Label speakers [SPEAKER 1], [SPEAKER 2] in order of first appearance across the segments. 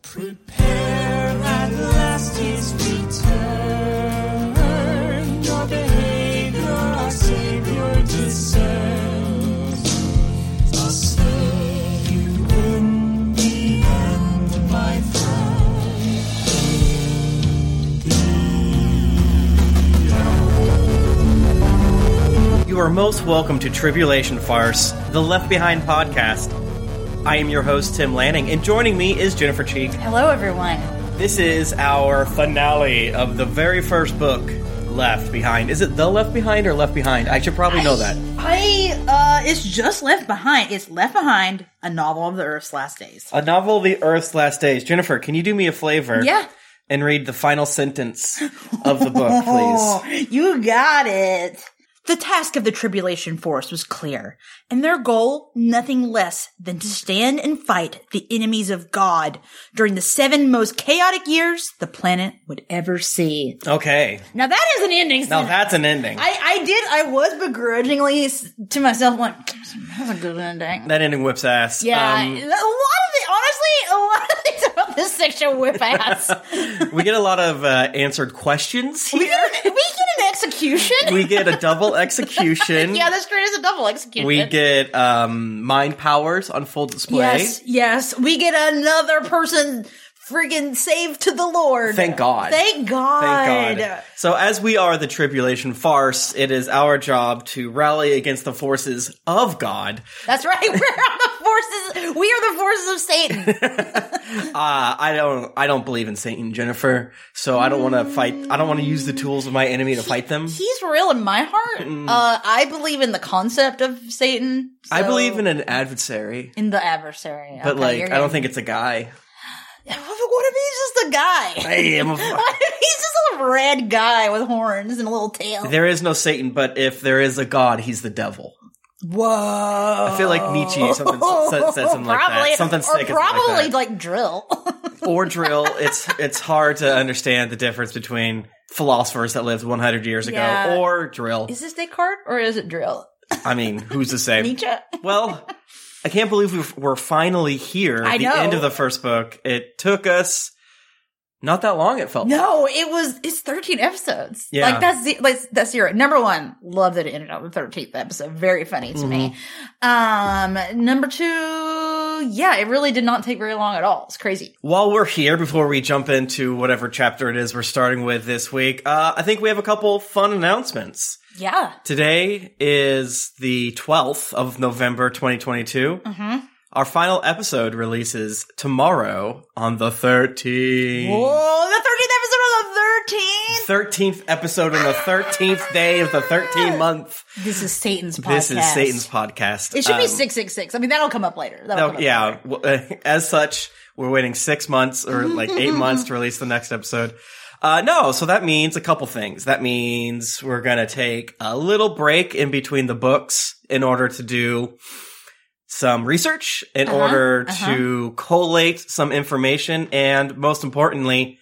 [SPEAKER 1] Prepare at last his return. Your behavior, our Savior, discerns. Thus will you in the end, my friend.
[SPEAKER 2] You are most welcome to Tribulation Farce, the Left Behind podcast. I am your host, Tim Lanning, and joining me is Jennifer Cheek.
[SPEAKER 3] Hello, everyone.
[SPEAKER 2] This is our finale of the very first book, Left Behind. Is it The Left Behind or Left Behind? I should probably know that.
[SPEAKER 3] I, uh, it's just Left Behind. It's Left Behind, a novel of the Earth's last days.
[SPEAKER 2] A novel of the Earth's Last Days. Jennifer, can you do me a flavor?
[SPEAKER 3] Yeah.
[SPEAKER 2] And read the final sentence of the book, please.
[SPEAKER 3] Oh, You got it. The task of the Tribulation Force was clear, and their goal nothing less than to stand and fight the enemies of God during the seven most chaotic years the planet would ever see.
[SPEAKER 2] Okay.
[SPEAKER 3] Now that is an ending.
[SPEAKER 2] Now
[SPEAKER 3] sentence.
[SPEAKER 2] that's an ending.
[SPEAKER 3] I, I did. I was begrudgingly s- to myself, like that's a good ending.
[SPEAKER 2] that ending whips ass.
[SPEAKER 3] Yeah,
[SPEAKER 2] Um,
[SPEAKER 3] a lot of it. Honestly, a lot of things about this section whip ass.
[SPEAKER 2] we get a lot of uh, answered questions
[SPEAKER 3] we,
[SPEAKER 2] here.
[SPEAKER 3] get, we get an execution.
[SPEAKER 2] we get a double execution.
[SPEAKER 3] yeah, this straight is a double execution.
[SPEAKER 2] We get um, mind powers on full display.
[SPEAKER 3] yes, yes. We get another person friggin' saved to the Lord.
[SPEAKER 2] Thank God.
[SPEAKER 3] Thank God.
[SPEAKER 2] Thank God. So, as we are the tribulation farce, it is our job to rally against the forces of God.
[SPEAKER 3] That's right. We're on the forces. We are the forces of Satan.
[SPEAKER 2] Uh, I don't, I don't believe in Satan, Jennifer. So I don't want to fight. I don't want to use the tools of my enemy to fight them.
[SPEAKER 3] He's real in my heart. Uh, I believe in the concept of Satan.
[SPEAKER 2] Mm. I
[SPEAKER 3] so-
[SPEAKER 2] believe in an adversary,
[SPEAKER 3] in the adversary.
[SPEAKER 2] but
[SPEAKER 3] Okay,
[SPEAKER 2] like
[SPEAKER 3] you're
[SPEAKER 2] I don't
[SPEAKER 3] getting-
[SPEAKER 2] think it's a guy.
[SPEAKER 3] What if he's just a guy?
[SPEAKER 2] I am a.
[SPEAKER 3] He's just a red guy with horns and a little tail.
[SPEAKER 2] There is no Satan, but if there is a God, he's the devil.
[SPEAKER 3] Whoa!
[SPEAKER 2] I feel like Nietzsche something, said, said something like
[SPEAKER 3] Probably-
[SPEAKER 2] that. Something
[SPEAKER 3] or
[SPEAKER 2] sick. is
[SPEAKER 3] probably
[SPEAKER 2] like that.
[SPEAKER 3] like, drill.
[SPEAKER 2] or drill. It's it's hard to understand the difference between philosophers that lived 100 years ago
[SPEAKER 3] Yeah.
[SPEAKER 2] or drill.
[SPEAKER 3] is this Descartes or is it drill?
[SPEAKER 2] I mean, who's to say?
[SPEAKER 3] Nietzsche.
[SPEAKER 2] Well, I can't believe we've, we're finally here.
[SPEAKER 3] I
[SPEAKER 2] the
[SPEAKER 3] know.
[SPEAKER 2] end of the first book. It took us not that long. It felt like.
[SPEAKER 3] No, it was it's thirteen episodes.
[SPEAKER 2] Yeah.
[SPEAKER 3] like that's the, like that's zero. Number one, love that it ended on the thirteenth episode. Very funny to me. Um,
[SPEAKER 2] Mm-hmm.
[SPEAKER 3] number two, yeah, it really did not take very long at all. It's crazy.
[SPEAKER 2] While we're here, before we jump into whatever chapter it is we're starting with this week, uh, I think we have a couple fun announcements.
[SPEAKER 3] Yeah,
[SPEAKER 2] Today is the 12th of November 2022.
[SPEAKER 3] Mhm.
[SPEAKER 2] Our final episode releases tomorrow on the 13th.
[SPEAKER 3] Oh, the 13th episode of
[SPEAKER 2] 13th episode
[SPEAKER 3] the 13th.
[SPEAKER 2] on the 13th day of the 13th month.
[SPEAKER 3] This is Satan's podcast.
[SPEAKER 2] This is Satan's podcast.
[SPEAKER 3] It should be
[SPEAKER 2] Um,
[SPEAKER 3] 666. I mean, that'll come up later. That'll come
[SPEAKER 2] no,
[SPEAKER 3] up later.
[SPEAKER 2] yeah. well, uh, As such, we're waiting six months or like eight months to release the next episode. Uh, no, so that means a couple things. That means we're going to take a little break in between the books in order to do some research,
[SPEAKER 3] Uh-huh,
[SPEAKER 2] in order to collate some information, and most importantly,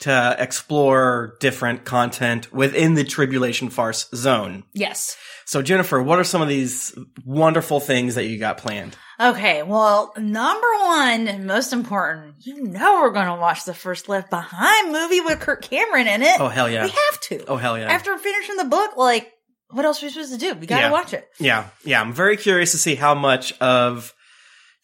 [SPEAKER 2] to explore different content within the Tribulation Farce zone.
[SPEAKER 3] Yes.
[SPEAKER 2] So, Jennifer, what are some of these wonderful things that you got planned?
[SPEAKER 3] Okay. Well, number one, and most important, you know, we're going to watch the first Left Behind movie with Kirk Cameron in it.
[SPEAKER 2] Oh, hell yeah.
[SPEAKER 3] We have to.
[SPEAKER 2] Oh, hell yeah.
[SPEAKER 3] After finishing the book, like, what else are we supposed to do? We got to
[SPEAKER 2] Yeah.
[SPEAKER 3] watch it.
[SPEAKER 2] Yeah, yeah. I'm very curious to see how much of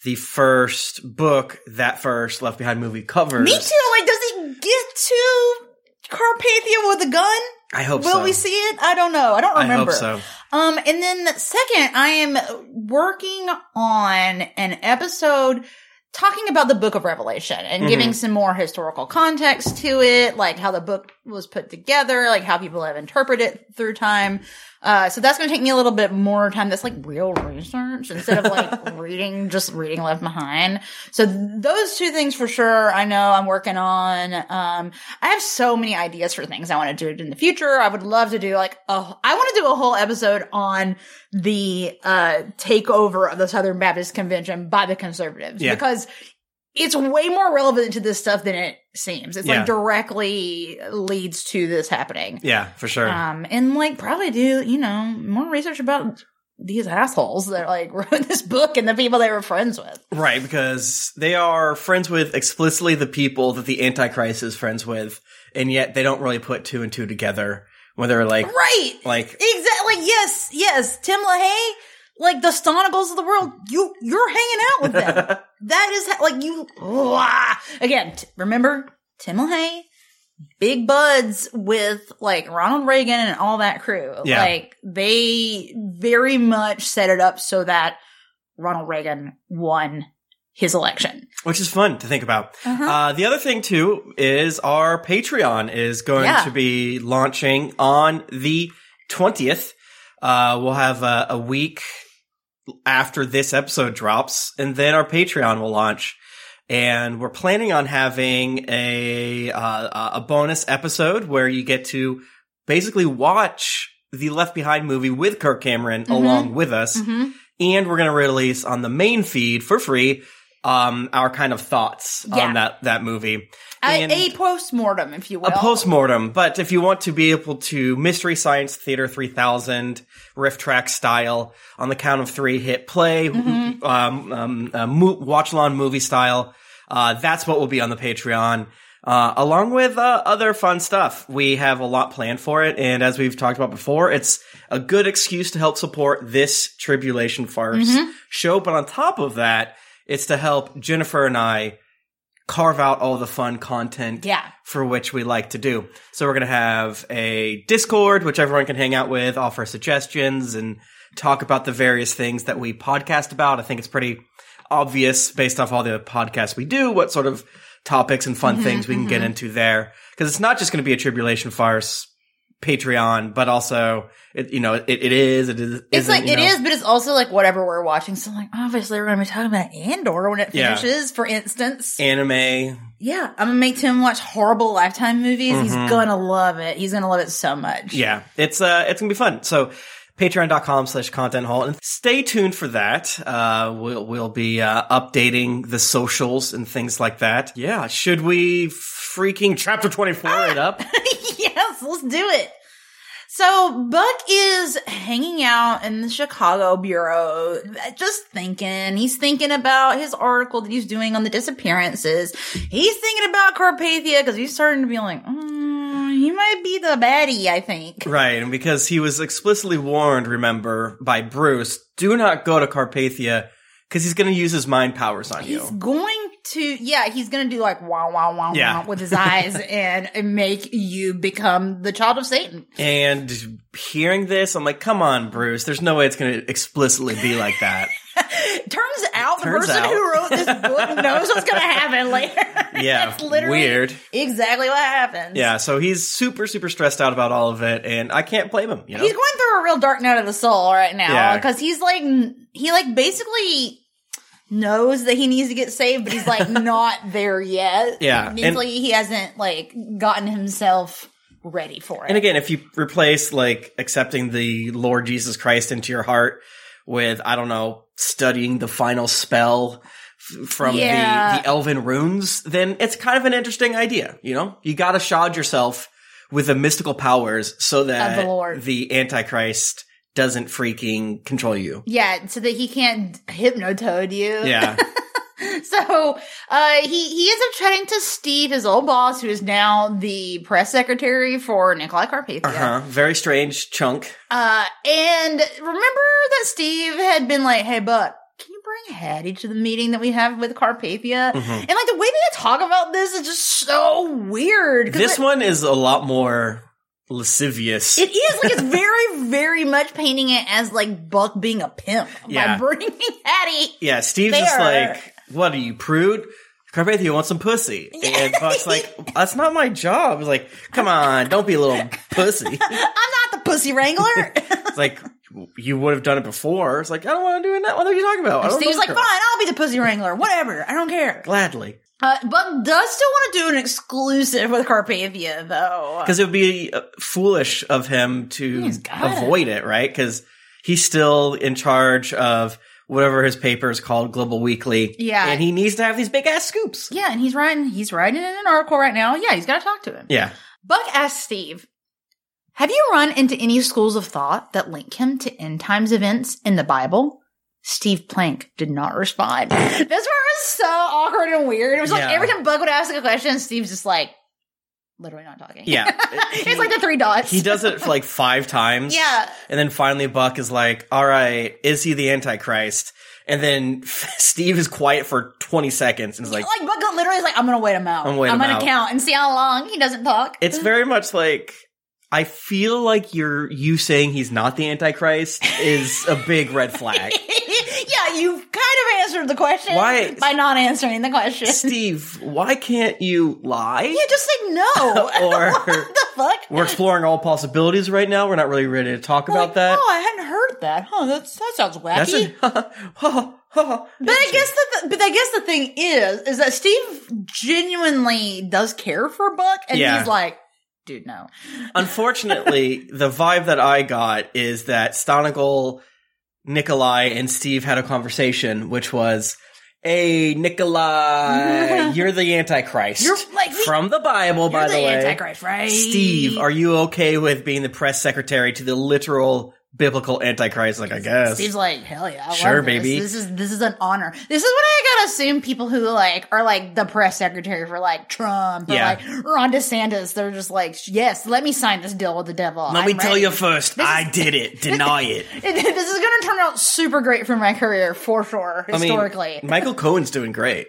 [SPEAKER 2] the first book that first Left Behind movie covers.
[SPEAKER 3] Me too. Like, does he get to Carpathia with a gun?
[SPEAKER 2] I hope
[SPEAKER 3] Will
[SPEAKER 2] so.
[SPEAKER 3] we see it? I don't know. I don't
[SPEAKER 2] I
[SPEAKER 3] remember.
[SPEAKER 2] hope so.
[SPEAKER 3] Um, and then second, I am working on an episode talking about the book of Revelation and
[SPEAKER 2] Mm-hmm.
[SPEAKER 3] giving some more historical context to it, like how the book was put together, like how people have interpreted it through time. Uh, so that's going to take me a little bit more time. That's like real research instead of like reading, just reading Left Behind. So th- those two things for sure. I know I'm working on. Um, I have so many ideas for things I want to do in the future. I would love to do like a, I want to do a whole episode on the uh, takeover of the Southern Baptist Convention by the conservatives
[SPEAKER 2] Yeah.
[SPEAKER 3] because it's way more relevant to this stuff than it seems. It's
[SPEAKER 2] Yeah.
[SPEAKER 3] like directly leads to this happening.
[SPEAKER 2] Yeah, for sure.
[SPEAKER 3] Um, and like probably do, you know, more research about these assholes that like wrote this book and the people they were friends with.
[SPEAKER 2] Right, because they are friends with explicitly the people that the Antichrist is friends with, and yet they don't really put two and two together when they're like,
[SPEAKER 3] Right.
[SPEAKER 2] like,
[SPEAKER 3] Exactly. Yes. Yes. Tim LaHaye, like the Stonicles of the world, you, you're hanging out with them. that is how, like you, Wah. again, t- remember Tim LaHaye, big buds with like Ronald Reagan and all that crew.
[SPEAKER 2] Yeah.
[SPEAKER 3] Like they very much set it up so that Ronald Reagan won his election.
[SPEAKER 2] which is fun to think about.
[SPEAKER 3] Uh-huh.
[SPEAKER 2] Uh, the other thing too is our Patreon is going
[SPEAKER 3] Yeah.
[SPEAKER 2] to be launching on the twentieth. Uh, we'll have a, a week after this episode drops, and then our Patreon will launch. And we're planning on having a uh, a bonus episode where you get to basically watch the Left Behind movie with Kirk Cameron along with us
[SPEAKER 3] Mhm.
[SPEAKER 2] and we're going to release on the main feed for free um our kind of thoughts
[SPEAKER 3] Yeah.
[SPEAKER 2] on that that movie
[SPEAKER 3] A,
[SPEAKER 2] And
[SPEAKER 3] a postmortem, if you will.
[SPEAKER 2] a postmortem but if you want to be able to mystery science theater 3000 riff track style on the count of 3 hit play
[SPEAKER 3] Mm-hmm.
[SPEAKER 2] um, um uh, mo- watch along movie style uh that's what will be on the patreon uh, along with uh, other fun stuff. We have a lot planned for it. And as we've talked about before, it's a good excuse to help support this Tribulation Farce
[SPEAKER 3] Mm-hmm.
[SPEAKER 2] show. But on top of that, it's to help Jennifer and I carve out all the fun content
[SPEAKER 3] Yeah.
[SPEAKER 2] for which we like to do. So we're going to have a Discord, which everyone can hang out with, offer suggestions and talk about the various things that we podcast about. I think it's pretty obvious based off all the podcasts we do, what sort of topics and fun
[SPEAKER 3] Mm-hmm,
[SPEAKER 2] things we can get into there. Cause it's not just going to be a tribulation farce Patreon, but also it, you know, it, it is, it is,
[SPEAKER 3] It's
[SPEAKER 2] isn't,
[SPEAKER 3] like
[SPEAKER 2] you
[SPEAKER 3] it
[SPEAKER 2] know.
[SPEAKER 3] is, but it's also like whatever we're watching. So like obviously we're gonna be talking about Andor when it
[SPEAKER 2] Yeah.
[SPEAKER 3] finishes, for instance.
[SPEAKER 2] anime.
[SPEAKER 3] yeah. I'm gonna make Tim watch horrible lifetime movies. He's
[SPEAKER 2] Mm-hmm.
[SPEAKER 3] gonna love it. He's gonna love it so much.
[SPEAKER 2] Yeah, it's uh, it's gonna be fun. So patreon.com slash content hall and stay tuned for that uh we'll we'll be uh updating the socials and things like that yeah should we freaking chapter 24 it up
[SPEAKER 3] yes, let's do it. So Buck is hanging out in the Chicago bureau, just thinking. He's thinking about his article that he's doing on the disappearances. He's thinking about Carpathia because he's starting to be like, mm, he might be the baddie, I think.
[SPEAKER 2] right and because he was explicitly warned remember by bruce do not go to carpathia because he's gonna use his mind powers on
[SPEAKER 3] He's
[SPEAKER 2] you
[SPEAKER 3] going to, yeah, he's going to do like wow, wow, wow,
[SPEAKER 2] Yeah.
[SPEAKER 3] wow with his eyes and make you become the child of Satan.
[SPEAKER 2] and hearing this i'm like come on bruce there's no way it's gonna explicitly be like that
[SPEAKER 3] Turns out the
[SPEAKER 2] Turns
[SPEAKER 3] person
[SPEAKER 2] out.
[SPEAKER 3] who wrote this book knows what's going to happen later.
[SPEAKER 2] yeah
[SPEAKER 3] That's literally
[SPEAKER 2] weird
[SPEAKER 3] exactly what happens.
[SPEAKER 2] Yeah, so he's super, super stressed out about all of it, and I can't blame him. You know,
[SPEAKER 3] He's going through a real dark night of the soul right now
[SPEAKER 2] Yeah.
[SPEAKER 3] because he's like, n- he like basically knows that he needs to get saved, but he's like not there yet.
[SPEAKER 2] Yeah, and-
[SPEAKER 3] Mentally, he hasn't like gotten himself ready for it.
[SPEAKER 2] and again, if you replace like accepting the Lord Jesus Christ into your heart with, I don't know, studying the final spell f- from
[SPEAKER 3] Yeah.
[SPEAKER 2] the, the Elven runes, then it's kind of an interesting idea. You know, you got to shod yourself with the mystical powers so that
[SPEAKER 3] Lord.
[SPEAKER 2] the Antichrist doesn't freaking control you.
[SPEAKER 3] yeah, so that he can't hypnotoad you.
[SPEAKER 2] Yeah,
[SPEAKER 3] So uh, he he ends up chatting to Steve, his old boss, who is now the press secretary for Nikolai Carpathia.
[SPEAKER 2] uh-huh. very strange chunk.
[SPEAKER 3] Uh, and remember that Steve had been like, "Hey, Buck, can you bring Hattie to the meeting that we have with Carpathia?"
[SPEAKER 2] Mm-hmm.
[SPEAKER 3] And like the way they talk about this is just so weird. 'cause
[SPEAKER 2] This
[SPEAKER 3] it-
[SPEAKER 2] one is a lot more lascivious.
[SPEAKER 3] It is like it's very, very much painting it as like Buck being a pimp
[SPEAKER 2] Yeah.
[SPEAKER 3] by bringing Hattie.
[SPEAKER 2] Yeah, Steve's just
[SPEAKER 3] Fair.
[SPEAKER 2] like, "What are you prude?" Crabbe, you want some pussy? And Buck's like, that's not my job. He's like, come on, don't be a little pussy.
[SPEAKER 4] I'm not the pussy wrangler.
[SPEAKER 2] It's like, you would have done it before. It's like, I don't want to do it now. What are you talking about? I don't know
[SPEAKER 4] Steve's like,
[SPEAKER 2] this girl."
[SPEAKER 4] fine, I'll be the pussy wrangler. Whatever. I don't care.
[SPEAKER 2] Gladly.
[SPEAKER 4] Uh, Buck does still want to do an exclusive with Carpathia, though.
[SPEAKER 2] Because it would be uh, foolish of him to
[SPEAKER 3] He's got it.
[SPEAKER 2] avoid it, right? Because he's still in charge of whatever his paper is called, Global Weekly.
[SPEAKER 3] Yeah.
[SPEAKER 2] And he needs to have these big ass scoops.
[SPEAKER 3] Yeah, and he's writing he's writing in an article right now. Yeah, he's got to talk to him.
[SPEAKER 2] Yeah.
[SPEAKER 3] Buck asks Steve, "Have you run into any schools of thought that link him to end times events in the Bible?" Steve Plank did not respond. this part was so awkward and weird. It was
[SPEAKER 2] Yeah.
[SPEAKER 3] like every time Buck would ask a question, Steve's just like literally not talking.
[SPEAKER 2] Yeah.
[SPEAKER 3] it's like the three dots.
[SPEAKER 2] He does it for like five times.
[SPEAKER 3] Yeah.
[SPEAKER 2] And then finally Buck is like, all right, is he the Antichrist? And then Steve is quiet for 20 seconds and is like,
[SPEAKER 3] Like Buck literally is like, "I'm gonna wait him out.
[SPEAKER 2] I'm waiting him
[SPEAKER 3] gonna
[SPEAKER 2] out."
[SPEAKER 3] count and see how long he doesn't talk."
[SPEAKER 2] it's very much like, I feel like you're, you saying he's not the Antichrist is a big red flag.
[SPEAKER 3] yeah, you kind of answered the question
[SPEAKER 2] Why-
[SPEAKER 3] by not answering the question.
[SPEAKER 2] Steve, why can't you lie?
[SPEAKER 3] You just said no.
[SPEAKER 2] Or-
[SPEAKER 3] what the fuck?
[SPEAKER 2] We're exploring all possibilities right now. We're not really ready to talk about that.
[SPEAKER 3] Oh, I hadn't heard that. Huh? That's, that sounds wacky.
[SPEAKER 2] That's a,
[SPEAKER 3] but I guess the th- but I guess the thing is is that Steve genuinely does care for Buck, and
[SPEAKER 2] Yeah.
[SPEAKER 3] he's like, dude, no.
[SPEAKER 2] Unfortunately, the vibe that I got is that Stonigal, Nikolai, and Steve had a conversation, which was, "Hey, Nikolai, you're the Antichrist
[SPEAKER 3] You're like-
[SPEAKER 2] from the Bible, by
[SPEAKER 3] You're
[SPEAKER 2] the,
[SPEAKER 3] the
[SPEAKER 2] way.
[SPEAKER 3] Antichrist, right?
[SPEAKER 2] Steve, are you okay with being the press secretary to the literal biblical Antichrist? Like, I guess
[SPEAKER 3] Steve's like, hell yeah, I love
[SPEAKER 2] Sure,
[SPEAKER 3] this.
[SPEAKER 2] baby.
[SPEAKER 3] This is this is an honor. This is what I gotta assume people who like are like the press secretary for like Trump or
[SPEAKER 2] Yeah.
[SPEAKER 3] like Ron DeSantis. They're just like, yes, let me sign this deal with the devil.
[SPEAKER 2] Let me
[SPEAKER 3] I'm
[SPEAKER 2] tell
[SPEAKER 3] ready."
[SPEAKER 2] you first, I did it. Deny it.
[SPEAKER 3] this is gonna turn out super great for my career for sure.
[SPEAKER 2] I mean,
[SPEAKER 3] Historically,
[SPEAKER 2] Michael Cohen's doing great.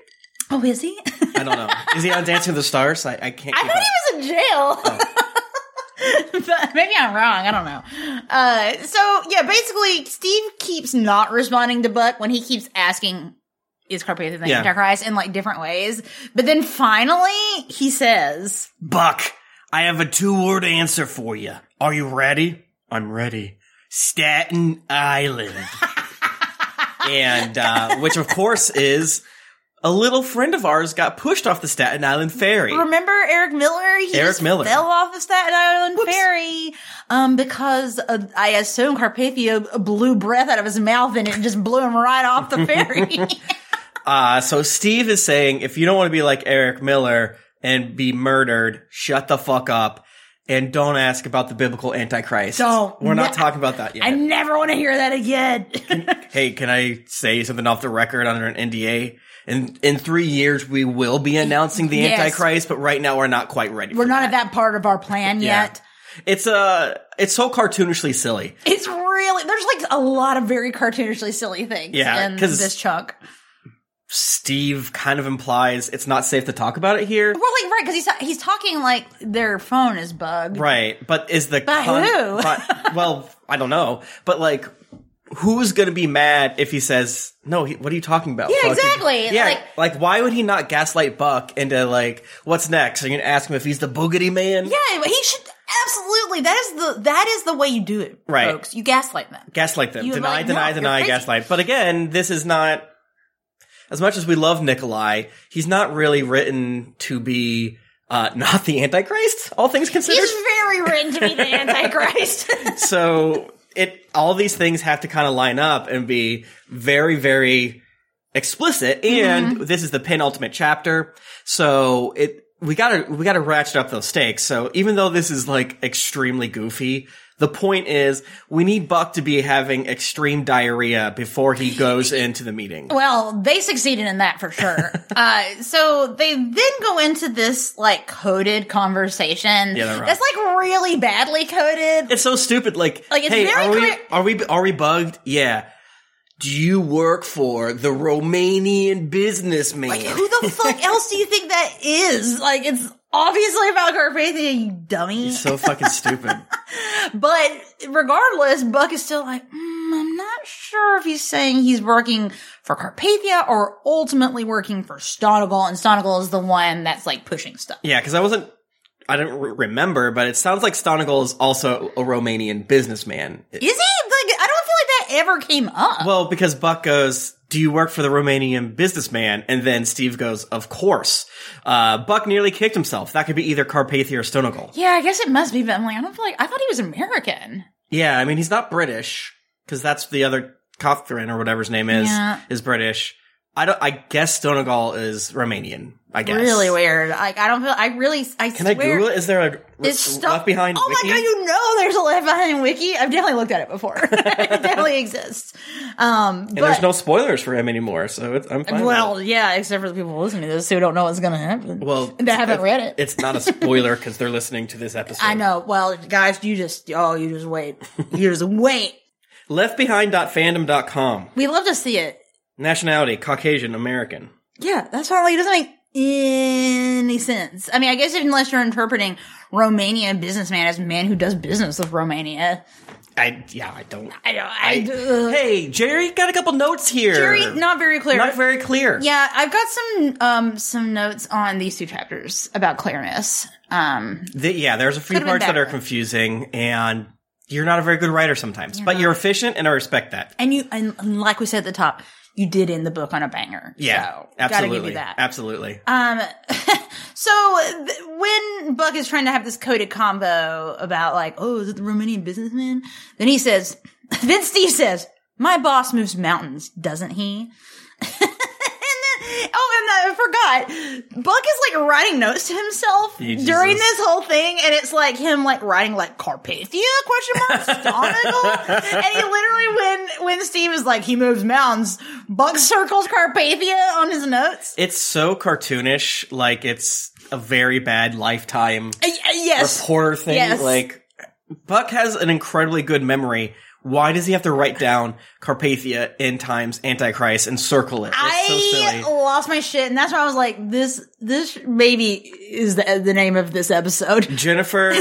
[SPEAKER 3] oh, is he?
[SPEAKER 2] I don't know. Is he on Dancing with the Stars? I, I can't.
[SPEAKER 3] I
[SPEAKER 2] keep
[SPEAKER 3] thought
[SPEAKER 2] up.
[SPEAKER 3] he was in
[SPEAKER 2] Oh.
[SPEAKER 3] jail. but maybe I'm wrong. I don't know. Uh, so yeah, basically, Steve keeps not responding to Buck when he keeps asking, "Is Carpathia the
[SPEAKER 2] Yeah.
[SPEAKER 3] Antichrist?" in like different ways. But then finally, he says,
[SPEAKER 2] Buck, I have a two word answer for you. Are you ready? I'm ready. Staten Island. and, uh, which of course is a little friend of ours got pushed off the Staten Island ferry.
[SPEAKER 3] "Remember Eric Miller? He
[SPEAKER 2] Eric
[SPEAKER 3] just
[SPEAKER 2] Miller.
[SPEAKER 3] fell off the Staten Island ferry um, because uh, I assume Carpathia blew breath out of his mouth and it just blew him right off the ferry."
[SPEAKER 2] Uh, so Steve is saying if you don't want to be like Eric Miller and be murdered, shut the fuck up and don't ask about the biblical Antichrist.
[SPEAKER 3] Don't.
[SPEAKER 2] We're not
[SPEAKER 3] Ne-
[SPEAKER 2] talking about that yet.
[SPEAKER 3] I never want to hear that again.
[SPEAKER 2] hey, can I say something off the record under an NDA? In in three years, we will be announcing the
[SPEAKER 3] Yes.
[SPEAKER 2] Antichrist, but right now we're not quite ready.
[SPEAKER 3] We're
[SPEAKER 2] for
[SPEAKER 3] not
[SPEAKER 2] that.
[SPEAKER 3] at that part of our plan
[SPEAKER 2] Yeah.
[SPEAKER 3] yet.
[SPEAKER 2] It's uh, it's so cartoonishly silly.
[SPEAKER 3] It's really there's like a lot of very cartoonishly silly things
[SPEAKER 2] Yeah,
[SPEAKER 3] in
[SPEAKER 2] 'cause-
[SPEAKER 3] this chunk.
[SPEAKER 2] Steve kind of implies it's not safe to talk about it here,
[SPEAKER 3] Well, like right because he's he's talking like their phone is bugged.
[SPEAKER 2] right? But is the
[SPEAKER 3] But who?
[SPEAKER 2] but- well, I don't know. But like, who's gonna be mad if he says no? He, what are you talking about?
[SPEAKER 3] Yeah,
[SPEAKER 2] Fuck you."
[SPEAKER 3] exactly.
[SPEAKER 2] Yeah,
[SPEAKER 3] Like-
[SPEAKER 2] like, why would he not gaslight Buck into like what's next? Are you gonna ask him if he's the boogity man?
[SPEAKER 3] Yeah, he should absolutely. That is the that is the way you do it,
[SPEAKER 2] Right.
[SPEAKER 3] folks. You gaslight them.
[SPEAKER 2] gaslight them.
[SPEAKER 3] You
[SPEAKER 2] deny,
[SPEAKER 3] like, no,
[SPEAKER 2] deny,
[SPEAKER 3] you're
[SPEAKER 2] deny,
[SPEAKER 3] crazy.
[SPEAKER 2] gaslight. But again, this is not as much as we love Nikolai. He's not really written to be uh, not the Antichrist. All things considered,
[SPEAKER 3] He's very written to be the Antichrist.
[SPEAKER 2] so it all these things have to kind of line up and be very, very explicit. And
[SPEAKER 3] Mm-hmm.
[SPEAKER 2] this is the penultimate chapter, so it we gotta we gotta ratchet up those stakes. So even though this is like extremely goofy. The point is, we need Buck to be having extreme diarrhea before he goes into the meeting.
[SPEAKER 3] Well, they succeeded in that for sure. uh, so they then go into this like coded conversation.
[SPEAKER 2] Yeah, they're right.
[SPEAKER 3] That's like really badly coded.
[SPEAKER 2] It's so stupid. Like,
[SPEAKER 3] Like, it's
[SPEAKER 2] hey,
[SPEAKER 3] very
[SPEAKER 2] are we
[SPEAKER 3] clear-
[SPEAKER 2] are we are we bugged? Yeah. Do you work for the Romanian businessman?
[SPEAKER 4] Who the fuck else do you think that is? Like, it's obviously about Carpathia, you dummy.
[SPEAKER 2] so fucking stupid.
[SPEAKER 4] but
[SPEAKER 3] regardless, Buck is still like, mm, I'm not sure if he's saying he's working for Carpathia or ultimately working for Stonegal, and Stonegal is the one that's like pushing stuff.
[SPEAKER 2] Yeah, because I wasn't. I don't re- remember, but it sounds like Stonegal is also a Romanian businessman. It-
[SPEAKER 3] Is he? Like, I don't feel like that ever came up.
[SPEAKER 2] well, because Buck goes, "Do you work for the Romanian businessman?" And then Steve goes, "Of course." Uh, Buck nearly kicked himself. That could be either Carpathia or Stonegal.
[SPEAKER 3] yeah, I guess it must be, but I'm like, I don't feel like, I thought he was American.
[SPEAKER 2] Yeah, I mean he's not British because that's the other Cothran or whatever his name is
[SPEAKER 3] Yeah.
[SPEAKER 2] is British. I don't. I guess Stonegal is Romanian. I guess
[SPEAKER 3] Really weird. Like, I don't feel, I really, I
[SPEAKER 2] Can
[SPEAKER 3] swear.
[SPEAKER 2] I Google it? Is there a
[SPEAKER 3] It's sto-
[SPEAKER 2] left behind?
[SPEAKER 3] Oh
[SPEAKER 2] wiki?
[SPEAKER 3] my god, you know there's a left behind wiki. I've definitely looked at it before. it definitely exists. Um,
[SPEAKER 2] And
[SPEAKER 3] but
[SPEAKER 2] there's no spoilers for him anymore, so it's, I'm fine. with it.
[SPEAKER 3] well, yeah, except for the people listening to this who don't know what's going to happen.
[SPEAKER 2] Well,
[SPEAKER 3] they haven't read it.
[SPEAKER 2] It's not a spoiler because they're listening to this episode.
[SPEAKER 3] I know. Well, guys, you just oh, you just wait. You just wait.
[SPEAKER 2] Leftbehind.fandom.com.
[SPEAKER 3] We love to see it.
[SPEAKER 2] Nationality, Caucasian, American.
[SPEAKER 3] Yeah, that's not like it doesn't make any sense. I mean, I guess unless you're interpreting Romanian businessman as man who does business with Romania.
[SPEAKER 2] I yeah, I don't.
[SPEAKER 3] I don't. I,
[SPEAKER 2] hey, Jerry, got a couple notes here.
[SPEAKER 3] Jerry, not very clear.
[SPEAKER 2] Not very clear.
[SPEAKER 3] Yeah, I've got some um some notes on these two chapters about Clareness. Um,
[SPEAKER 2] The- yeah, there's a few
[SPEAKER 3] Could've been
[SPEAKER 2] parts that are
[SPEAKER 3] better.
[SPEAKER 2] confusing, and you're not a very good writer sometimes, but you're efficient, and I respect that.
[SPEAKER 3] and you and, and like we said at the top, you did end the book on a banger.
[SPEAKER 2] Yeah,
[SPEAKER 3] so,
[SPEAKER 2] absolutely.
[SPEAKER 3] Gotta give you that.
[SPEAKER 2] Absolutely.
[SPEAKER 3] Um, so th- when Buck is trying to have this coded combo about like, oh, is it the Romanian businessman? Then he says, then Steve says, my boss moves mountains, doesn't he? And then- Oh, and I forgot. Buck is like writing notes to himself
[SPEAKER 2] You
[SPEAKER 3] during
[SPEAKER 2] Jesus.
[SPEAKER 3] this whole thing, and it's like him like writing like Carpathia question mark Stonegal, and he literally when when Steve is like he moves mountains, Buck circles Carpathia on his notes.
[SPEAKER 2] it's so cartoonish, like it's a very bad lifetime
[SPEAKER 3] Uh, y- uh, yes.
[SPEAKER 2] reporter thing.
[SPEAKER 3] Yes.
[SPEAKER 2] Like Buck has an incredibly good memory. Why does he have to write down Carpathia in times Antichrist and circle it? It's
[SPEAKER 3] I
[SPEAKER 2] so silly.
[SPEAKER 3] lost my shit, and that's why I was like, "This, this maybe is the the name of this episode."
[SPEAKER 2] Jennifer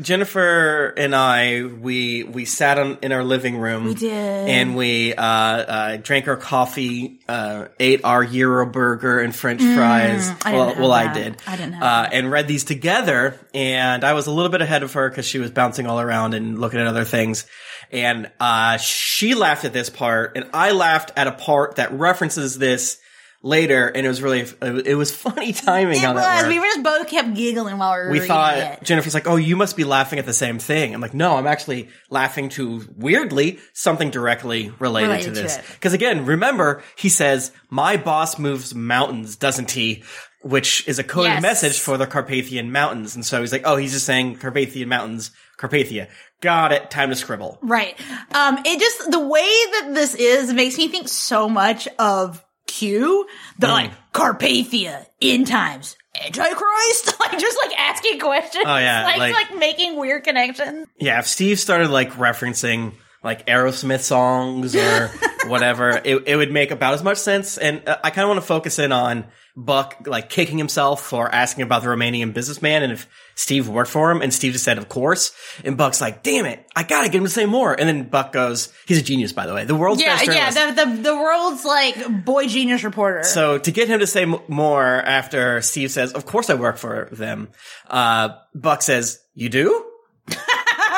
[SPEAKER 2] Jennifer and I we we sat on, in our living room. We
[SPEAKER 3] did.
[SPEAKER 2] And we uh, uh, drank our coffee, uh, ate our Euro burger and French fries.
[SPEAKER 3] Mm, I didn't
[SPEAKER 2] well,
[SPEAKER 3] have
[SPEAKER 2] well I
[SPEAKER 3] that.
[SPEAKER 2] did.
[SPEAKER 3] I didn't have
[SPEAKER 2] uh, and read these together. And I was a little bit ahead of her because she was bouncing all around and looking at other things. And uh, she laughed at this part, and I laughed at a part that references this later. And it was really it was funny timing
[SPEAKER 3] It
[SPEAKER 2] on that.
[SPEAKER 3] was.
[SPEAKER 2] one
[SPEAKER 3] We were just both kept giggling while we were
[SPEAKER 2] we
[SPEAKER 3] reading
[SPEAKER 2] thought
[SPEAKER 3] it.
[SPEAKER 2] Jennifer's like, "Oh, you must be laughing at the same thing." I'm like, "No, I'm actually laughing to weirdly something directly related,
[SPEAKER 3] Related
[SPEAKER 2] to
[SPEAKER 3] to
[SPEAKER 2] this."
[SPEAKER 3] it.
[SPEAKER 2] Because again, remember he says, "My boss moves mountains, doesn't he?" Which is a coded
[SPEAKER 3] Yes.
[SPEAKER 2] message for the Carpathian Mountains, and so he's like, "Oh, he's just saying Carpathian Mountains, Carpathia." Got it. Time to scribble.
[SPEAKER 3] Right. Um, it just, the way that this is makes me think so much of Q,
[SPEAKER 2] Mm.
[SPEAKER 3] the like Carpathia in times. Antichrist, like just like asking questions,
[SPEAKER 2] Oh, yeah,
[SPEAKER 3] like,
[SPEAKER 2] like-
[SPEAKER 3] like making weird connections.
[SPEAKER 2] Yeah, if Steve started like referencing like Aerosmith songs or whatever, it, it would make about as much sense. And uh, I kind of want to focus in on Buck like kicking himself for asking about the Romanian businessman and if Steve worked for him. And Steve just said, of course. And Buck's like, damn it, I got to get him to say more. And then Buck goes, he's a genius, by the way, the world's
[SPEAKER 3] Yeah,
[SPEAKER 2] best
[SPEAKER 3] yeah.
[SPEAKER 2] journalist.
[SPEAKER 3] The, the the world's like boy genius reporter.
[SPEAKER 2] so to get him to say m- more after Steve says, of course I work for them, uh, Buck says, you do?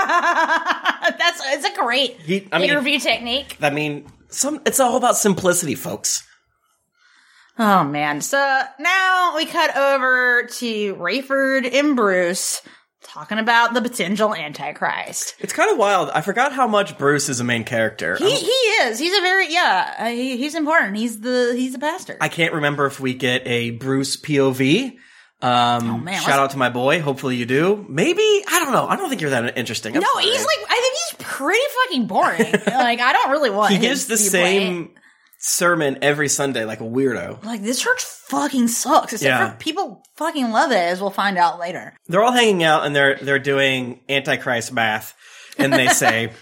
[SPEAKER 3] that's it's a great
[SPEAKER 2] He- I mean-
[SPEAKER 3] interview technique.
[SPEAKER 2] I mean, some, it's all about simplicity, folks.
[SPEAKER 3] Oh man. So now we cut over to Rayford and Bruce talking about the potential Antichrist.
[SPEAKER 2] It's kind of wild. I forgot how much Bruce is a main character.
[SPEAKER 3] He,
[SPEAKER 2] I'm-
[SPEAKER 3] he is. He's a very yeah. uh, He, he's important. He's the he's a pastor.
[SPEAKER 2] I can't remember if we get a Bruce POV. Um,
[SPEAKER 3] Oh, man,
[SPEAKER 2] shout
[SPEAKER 3] let's-
[SPEAKER 2] out to my boy. Hopefully you do. Maybe I don't know. I don't think you're that interesting. I'm
[SPEAKER 3] no,
[SPEAKER 2] sorry.
[SPEAKER 3] he's like I think he's pretty fucking boring. like I don't really want.
[SPEAKER 2] he
[SPEAKER 3] his
[SPEAKER 2] gives the
[SPEAKER 3] viewpoint.
[SPEAKER 2] same sermon every Sunday, like a weirdo.
[SPEAKER 3] Like this church fucking sucks. Except
[SPEAKER 2] Yeah.
[SPEAKER 3] for people fucking love it, as we'll find out later.
[SPEAKER 2] They're all hanging out and they're they're doing Antichrist math, and they say.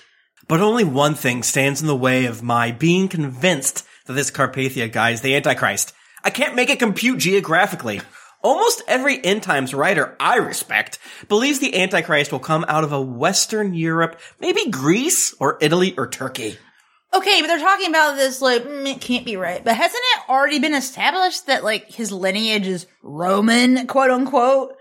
[SPEAKER 2] But only one thing stands in the way of my being convinced that this Carpathia guy is the Antichrist. I can't make it compute geographically. Almost every End Times writer I respect believes the Antichrist will come out of a Western Europe, maybe Greece or Italy or Turkey.
[SPEAKER 3] Okay, but they're talking about this like mm, it can't be right. But hasn't it already been established that like his lineage is Roman, quote unquote?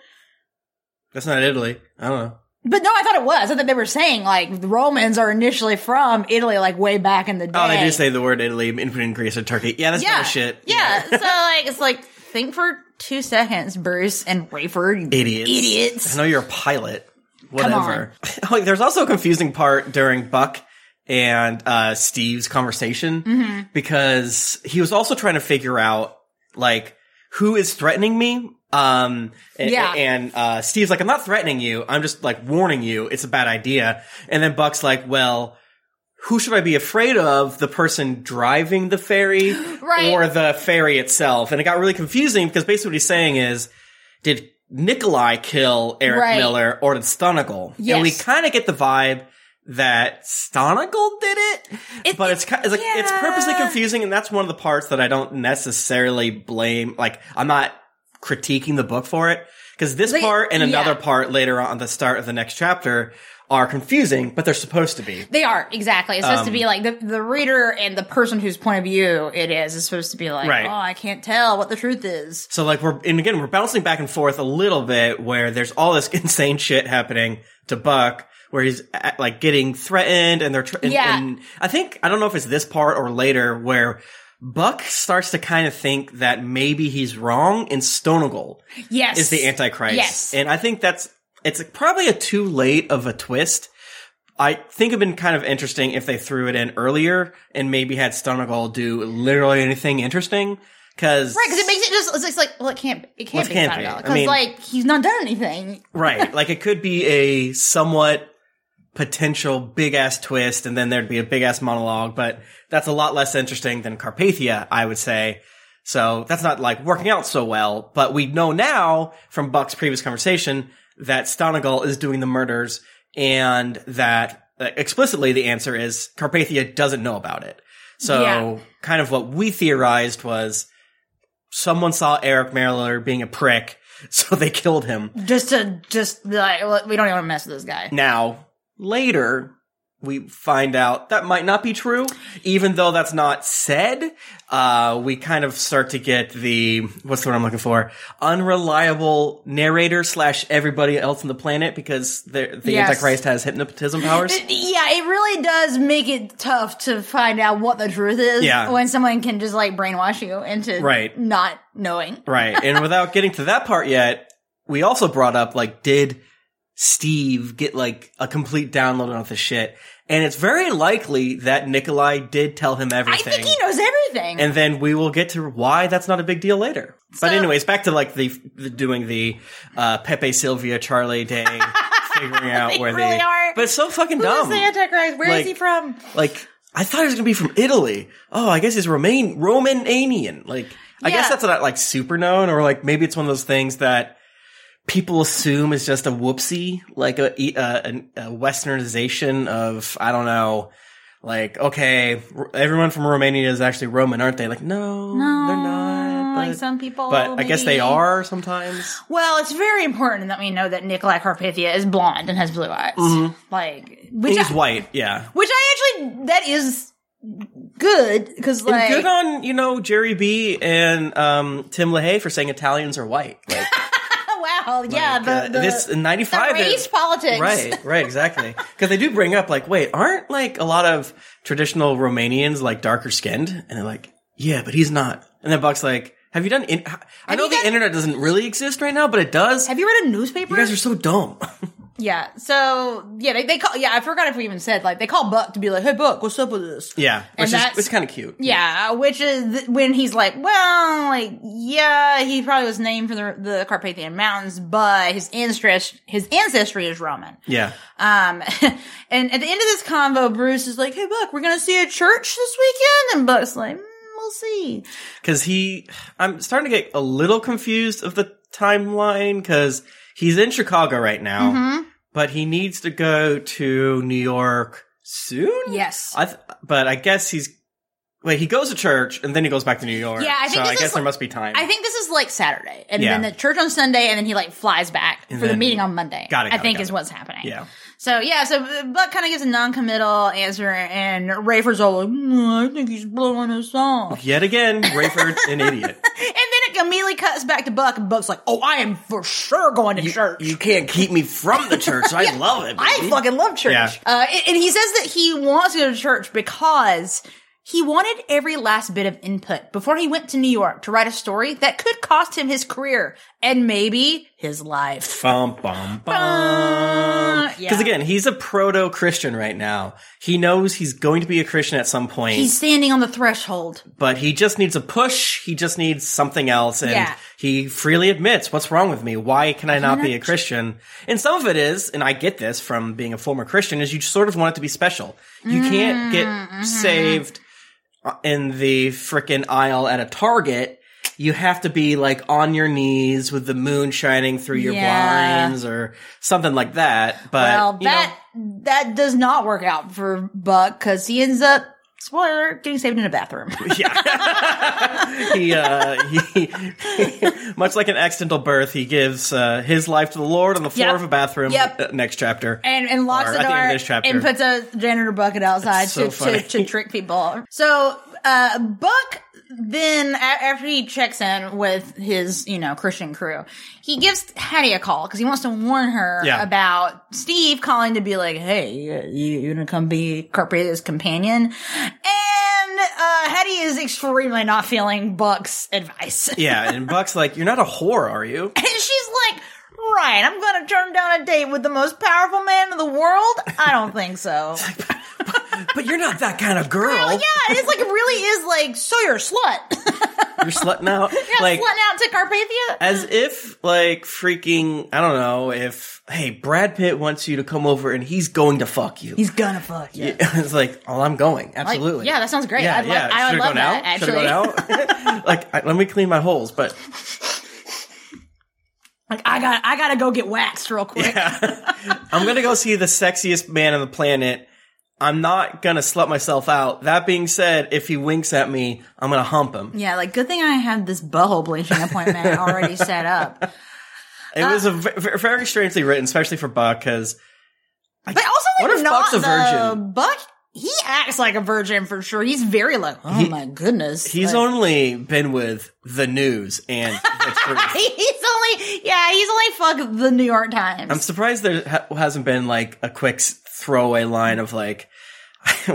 [SPEAKER 2] That's not Italy. I don't know.
[SPEAKER 3] But no, I thought it was. I thought they were saying like the Romans are initially from Italy, like way back in the day.
[SPEAKER 2] Oh, they do say the word Italy in Greece or Turkey. Yeah, that's bullshit.
[SPEAKER 3] Yeah. so like it's like think for two seconds, Bruce and Rayford.
[SPEAKER 2] Idiots.
[SPEAKER 3] Idiots.
[SPEAKER 2] I know you're a pilot.
[SPEAKER 3] on.
[SPEAKER 2] Whatever. Oh, there's also a confusing part during Buck and uh, Steve's conversation
[SPEAKER 3] Mm-hmm.
[SPEAKER 2] because he was also trying to figure out like who is threatening me. Um, and,
[SPEAKER 3] Yeah.
[SPEAKER 2] and uh, Steve's like, I'm not threatening you. I'm just like warning you. It's a bad idea. And then Buck's like, well, who should I be afraid of? The person driving the ferry
[SPEAKER 3] Right.
[SPEAKER 2] or the ferry itself? And it got really confusing because basically what he's saying is, did Nikolai kill Eric
[SPEAKER 3] Right.
[SPEAKER 2] Miller or did Stonegal?
[SPEAKER 3] Yes.
[SPEAKER 2] And we kind of get the vibe that Stonegal did it,
[SPEAKER 3] It-
[SPEAKER 2] but it's, ki- it's like, it's purposely confusing. And that's one of the parts that I don't necessarily blame. Like, I'm not critiquing the book for it because this
[SPEAKER 3] Like,
[SPEAKER 2] part and another
[SPEAKER 3] yeah.
[SPEAKER 2] part later on the start of the next chapter are confusing, but they're supposed to be.
[SPEAKER 3] They are exactly. It's supposed to
[SPEAKER 2] Um,
[SPEAKER 3] be like the, the reader and the person whose point of view it is is supposed to be like,
[SPEAKER 2] Right.
[SPEAKER 3] oh, I can't tell what the truth is.
[SPEAKER 2] So like we're and again we're bouncing back and forth a little bit where there's all this insane shit happening to Buck where he's at, like getting threatened and they're tr- and,
[SPEAKER 3] Yeah.
[SPEAKER 2] and I think I don't know if it's this part or later where Buck starts to kind of think that maybe he's wrong and Stonegal
[SPEAKER 3] Yes,
[SPEAKER 2] is the Antichrist.
[SPEAKER 3] Yes.
[SPEAKER 2] And I think that's it's probably a too late of a twist. I think it'd been kind of interesting if they threw it in earlier and maybe had Stonegal do literally anything interesting. Cause
[SPEAKER 3] Right, because it makes it just it's just like well, it can't it can't
[SPEAKER 2] it
[SPEAKER 3] be
[SPEAKER 2] can't
[SPEAKER 3] can't
[SPEAKER 2] be. I
[SPEAKER 3] because
[SPEAKER 2] mean-
[SPEAKER 3] like he's not done anything.
[SPEAKER 2] Right. like it could be a somewhat potential big ass twist and then there'd be a big ass monologue, but that's a lot less interesting than Carpathia, I would say. So that's not like working out so well, but we know now from Buck's previous conversation that Stonegal is doing the murders and that uh, explicitly the answer is Carpathia doesn't know about it. So
[SPEAKER 3] Yeah.
[SPEAKER 2] kind of what we theorized was someone saw Eric Miller being a prick, so they killed him.
[SPEAKER 3] Just to just like well, we don't even want to mess with this guy.
[SPEAKER 2] Now, later, we find out that might not be true, even though that's not said. Uh, we kind of start to get the, what's the word I'm looking for? Unreliable narrator slash everybody else on the planet because the, the
[SPEAKER 3] Yes.
[SPEAKER 2] Antichrist has hypnotism powers.
[SPEAKER 3] It- yeah, it really does make it tough to find out what the truth is
[SPEAKER 2] Yeah.
[SPEAKER 3] when someone can just like brainwash you into
[SPEAKER 2] Right.
[SPEAKER 3] not knowing.
[SPEAKER 2] right. And without getting to that part yet, we also brought up, like, did Steve get, like, a complete download of the shit? And it's very likely that Nikolai did tell him
[SPEAKER 3] I
[SPEAKER 2] everything.
[SPEAKER 3] think he knows everything.
[SPEAKER 2] and then we will get to why that's not a big deal later.
[SPEAKER 3] So-
[SPEAKER 2] but anyways, back to like the, the doing the uh, Pepe Sylvia Charlie Day, figuring out
[SPEAKER 3] They
[SPEAKER 2] where
[SPEAKER 3] really
[SPEAKER 2] the
[SPEAKER 3] are.
[SPEAKER 2] but it's so fucking
[SPEAKER 3] Who is
[SPEAKER 2] dumb.
[SPEAKER 3] the Antichrist? Where is
[SPEAKER 2] Like-
[SPEAKER 3] he from?
[SPEAKER 2] like I thought he was gonna be from Italy. Oh, I guess he's Romain Romanian. Like I
[SPEAKER 3] Yeah.
[SPEAKER 2] guess that's not like super known, or like maybe it's one of those things that people assume is just a whoopsie, like a e- uh, an- a westernization of I don't know. Like okay, r- everyone from Romania is actually Roman, aren't they? Like no, they're not.
[SPEAKER 3] like
[SPEAKER 2] but-
[SPEAKER 3] some people,
[SPEAKER 2] but I guess they
[SPEAKER 3] maybe.
[SPEAKER 2] are sometimes.
[SPEAKER 3] Well, it's very important that we know that Nikolai Carpathia is blonde and has blue eyes. Like, which
[SPEAKER 2] Mm-hmm. He's
[SPEAKER 3] I,
[SPEAKER 2] white, yeah.
[SPEAKER 3] which I actually that is good because like
[SPEAKER 2] and good on you know Jerry B and um, Tim LaHaye for saying Italians are white. Like,
[SPEAKER 3] oh, wow, yeah,
[SPEAKER 2] Like,
[SPEAKER 3] the,
[SPEAKER 2] uh,
[SPEAKER 3] the-
[SPEAKER 2] this in '95
[SPEAKER 3] the race politics,
[SPEAKER 2] right? Right, exactly. Because they do bring up like, wait, aren't like a lot of traditional Romanians like darker skinned? And they're like, yeah, but he's not. And then Buck's like, have you done? In- I know
[SPEAKER 3] you
[SPEAKER 2] the
[SPEAKER 3] done-
[SPEAKER 2] internet doesn't really exist right now, but it does.
[SPEAKER 3] Have you read a newspaper?
[SPEAKER 2] you guys are so dumb.
[SPEAKER 3] yeah. So yeah, they, they call. Yeah, I forgot if we even said like they call Buck to be like, "Hey, Buck, what's up with this?"
[SPEAKER 2] yeah,
[SPEAKER 3] And
[SPEAKER 2] which is
[SPEAKER 3] that's-
[SPEAKER 2] it's kind of cute.
[SPEAKER 3] Yeah, which is th- when he's like, well, like, yeah, he probably was named for the, the Carpathian Mountains, but his ancestry, his ancestry is Roman.
[SPEAKER 2] yeah.
[SPEAKER 3] Um, and at the end of this convo, Bruce is like, hey, Buck, we're going to see a church this weekend. And Buck's like, mm, we'll see.
[SPEAKER 2] because he i'm starting to get a little confused of the timeline because
[SPEAKER 3] Mm-hmm.
[SPEAKER 2] he's in chicago right now but he needs to go to new york soon.
[SPEAKER 4] Yes.
[SPEAKER 2] I th- but I guess he's wait. He goes to church and then he goes back to New York.
[SPEAKER 3] Yeah, I think
[SPEAKER 2] so.
[SPEAKER 3] this
[SPEAKER 2] I guess
[SPEAKER 3] is-
[SPEAKER 2] there must be time.
[SPEAKER 3] I think this is like Saturday, and
[SPEAKER 2] Yeah.
[SPEAKER 3] then the church on Sunday, and then he like flies back
[SPEAKER 2] And
[SPEAKER 3] for the
[SPEAKER 2] then-
[SPEAKER 3] meeting on Monday.
[SPEAKER 2] Got it, got
[SPEAKER 3] I
[SPEAKER 2] it,
[SPEAKER 3] think
[SPEAKER 2] got
[SPEAKER 3] is
[SPEAKER 2] it.
[SPEAKER 3] what's happening.
[SPEAKER 2] yeah.
[SPEAKER 3] So yeah, so uh, Buck kind of gives a non-committal answer, and Rayford's all like, "Mm, "I think he's blowing us off."
[SPEAKER 2] Yet again, Rayford an idiot.
[SPEAKER 3] And then it immediately cuts back to Buck, and Buck's like, "Oh, I am for sure going to church.
[SPEAKER 2] You can't keep me from the church. I love it.
[SPEAKER 3] I
[SPEAKER 2] baby.
[SPEAKER 3] fucking love church."
[SPEAKER 2] Yeah.
[SPEAKER 3] Uh, and- and he says that he wants to go to church because he wanted every last bit of input before he went to New York to write a story that could cost him his career and maybe his life.
[SPEAKER 2] Bum bum bum. Because
[SPEAKER 3] Uh, Yeah.
[SPEAKER 2] again, he's a proto Christian right now. He knows he's going to be a Christian at some point,
[SPEAKER 3] He's standing on the threshold.
[SPEAKER 2] but he just needs a push. He just needs something else, and
[SPEAKER 3] Yeah.
[SPEAKER 2] he freely admits what's wrong with me. Why can I not be a Christian? And some of it is, and I get this from being a former Christian, is you sort of want it to be special. You can't
[SPEAKER 3] Mm-hmm,
[SPEAKER 2] get saved uh, in the frickin' aisle at a Target. You have to be like on your knees with the moon shining through your
[SPEAKER 3] Yeah.
[SPEAKER 2] blinds or something like that. But
[SPEAKER 3] Well,
[SPEAKER 2] you know,
[SPEAKER 3] that that does not work out for Buck because he ends up spoiler getting saved in a bathroom.
[SPEAKER 2] he, uh, he much like an accidental birth, he gives uh, his life to the Lord on the floor
[SPEAKER 3] Yep.
[SPEAKER 2] of a bathroom.
[SPEAKER 3] Yep.
[SPEAKER 2] uh, next chapter.
[SPEAKER 3] And, and locks
[SPEAKER 2] Or
[SPEAKER 3] the
[SPEAKER 2] at
[SPEAKER 3] door
[SPEAKER 2] the end of this chapter.
[SPEAKER 3] and puts a janitor bucket outside
[SPEAKER 2] so
[SPEAKER 3] to,
[SPEAKER 2] funny.
[SPEAKER 3] to, to trick people. So uh, Buck then a- after he checks in with his you know Christian crew, he gives Hattie a call because he wants to warn her
[SPEAKER 2] Yeah.
[SPEAKER 3] about Steve calling to be like, hey, you, you gonna come be Carpet's companion? And uh, Hattie is extremely not feeling Buck's advice.
[SPEAKER 2] yeah, and Buck's like, "You're not a whore, are you?"
[SPEAKER 3] And she's like, Right, I'm gonna turn down a date with the most powerful man in the world? I don't think so.
[SPEAKER 2] but you're not that kind of girl.
[SPEAKER 3] Oh, yeah, it's like, it really is like, so you're a slut.
[SPEAKER 2] You're slutting out.
[SPEAKER 3] like,
[SPEAKER 2] like
[SPEAKER 3] slutting out to Carpathia?
[SPEAKER 2] as if like freaking. I don't know if hey Brad Pitt wants you to come over and he's going to fuck you.
[SPEAKER 3] He's gonna fuck you.
[SPEAKER 2] it's like, oh, I'm going.
[SPEAKER 3] Like,
[SPEAKER 2] Absolutely.
[SPEAKER 3] yeah, that sounds great.
[SPEAKER 2] Yeah,
[SPEAKER 3] I'd
[SPEAKER 2] yeah.
[SPEAKER 3] love, I would
[SPEAKER 2] Should've
[SPEAKER 3] love
[SPEAKER 2] gone
[SPEAKER 3] that,
[SPEAKER 2] out.
[SPEAKER 3] actually.
[SPEAKER 2] Should've gone out. like, I, let me clean my holes, but
[SPEAKER 3] Like, I got, I gotta go get waxed real quick.
[SPEAKER 2] I'm gonna go see the sexiest man on the planet. I'm not gonna slut myself out. That being said, if he winks at me, I'm gonna hump him.
[SPEAKER 3] Yeah, like, good thing I had this butthole bleaching appointment already set up.
[SPEAKER 2] It was a v- v- very strangely written, especially for Buck, because
[SPEAKER 3] But also, like,
[SPEAKER 2] What if
[SPEAKER 3] not
[SPEAKER 2] Buck's a
[SPEAKER 3] the-
[SPEAKER 2] virgin?
[SPEAKER 3] Buck, he acts like a virgin for sure. He's very like, oh my goodness.
[SPEAKER 2] he's
[SPEAKER 3] like,
[SPEAKER 2] only been with the news and the truth.
[SPEAKER 3] He's only, yeah, he's only fuck the New York Times.
[SPEAKER 2] I'm surprised there ha- hasn't been like a quick s- throwaway line of like,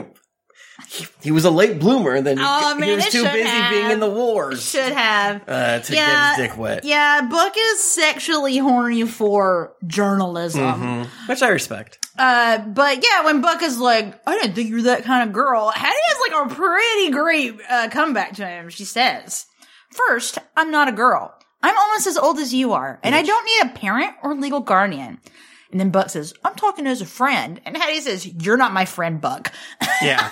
[SPEAKER 2] he, he was a late bloomer, and then he-
[SPEAKER 3] Oh,
[SPEAKER 2] he,
[SPEAKER 3] man,
[SPEAKER 2] was
[SPEAKER 3] it
[SPEAKER 2] too
[SPEAKER 3] should
[SPEAKER 2] busy
[SPEAKER 3] have.
[SPEAKER 2] being in the wars
[SPEAKER 3] should have.
[SPEAKER 2] uh, to
[SPEAKER 3] Yeah,
[SPEAKER 2] get his dick wet,
[SPEAKER 3] yeah, Book is sexually horny for journalism.
[SPEAKER 2] which I respect.
[SPEAKER 3] Uh, but yeah, when Buck is like, I didn't think you were that kind of girl, Hattie has like a pretty great uh, comeback to him. She says, First, I'm not a girl. I'm almost as old as you are, and I don't need a parent or legal guardian. And then Buck says, I'm talking as a friend. And Hattie says, You're not my friend, Buck.
[SPEAKER 2] Yeah,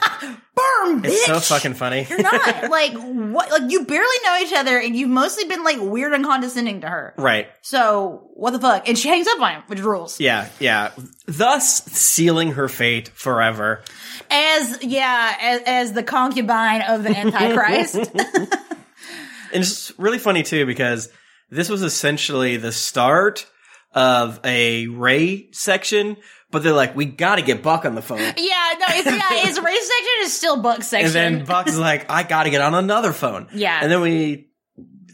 [SPEAKER 3] Burn, bitch!
[SPEAKER 2] it's so fucking funny.
[SPEAKER 3] You're not. like, what? Like, you barely know each other, and you've mostly been like weird and condescending to her.
[SPEAKER 2] Right.
[SPEAKER 3] So, what the fuck? And she hangs up on him, which rules.
[SPEAKER 2] Yeah, yeah. Thus sealing her fate forever.
[SPEAKER 3] as yeah as, as the concubine of the antichrist
[SPEAKER 2] And it's really funny too because this was essentially the start of a Ray section, but they're like, we gotta get Buck on the phone.
[SPEAKER 3] yeah no it's yeah his race section is still buck
[SPEAKER 2] And
[SPEAKER 3] section
[SPEAKER 2] then Buck's like, I gotta get on another phone.
[SPEAKER 3] Yeah.
[SPEAKER 2] And then we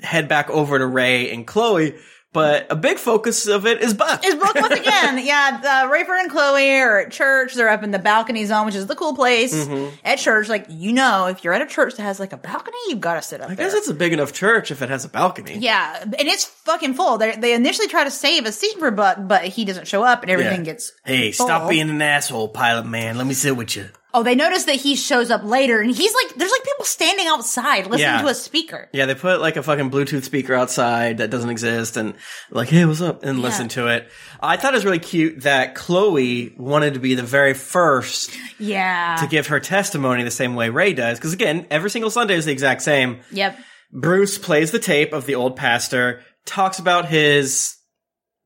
[SPEAKER 2] head back over to Ray and Chloe, but a big focus of it is Buck.
[SPEAKER 3] It's book once again yeah uh, Raper and Chloe are at church they're up in the balcony zone which is the cool place
[SPEAKER 2] Mm-hmm.
[SPEAKER 3] at church like you know if you're at a church that has like a balcony you've got to sit up
[SPEAKER 2] I guess
[SPEAKER 3] there.
[SPEAKER 2] it's a big enough church if it has a balcony.
[SPEAKER 3] yeah, and it's fucking full. They they initially try to save a seat for Buck, but he doesn't show up, and everything
[SPEAKER 2] Yeah.
[SPEAKER 3] gets
[SPEAKER 2] Hey, stop
[SPEAKER 3] full.
[SPEAKER 2] being an asshole, pilot man. Let me sit with you.
[SPEAKER 3] Oh, they notice that he shows up later, and he's like, there's like people standing outside listening
[SPEAKER 2] Yeah.
[SPEAKER 3] to a speaker.
[SPEAKER 2] Yeah, they put like a fucking Bluetooth speaker outside that doesn't exist and like, hey, what's up? And listen to it. I thought it was really cute that Chloe wanted to be the very first
[SPEAKER 3] Yeah.
[SPEAKER 2] to give her testimony the same way Ray does. Because again, every single Sunday is the exact same.
[SPEAKER 3] Yep.
[SPEAKER 2] Bruce plays the tape of the old pastor, talks about his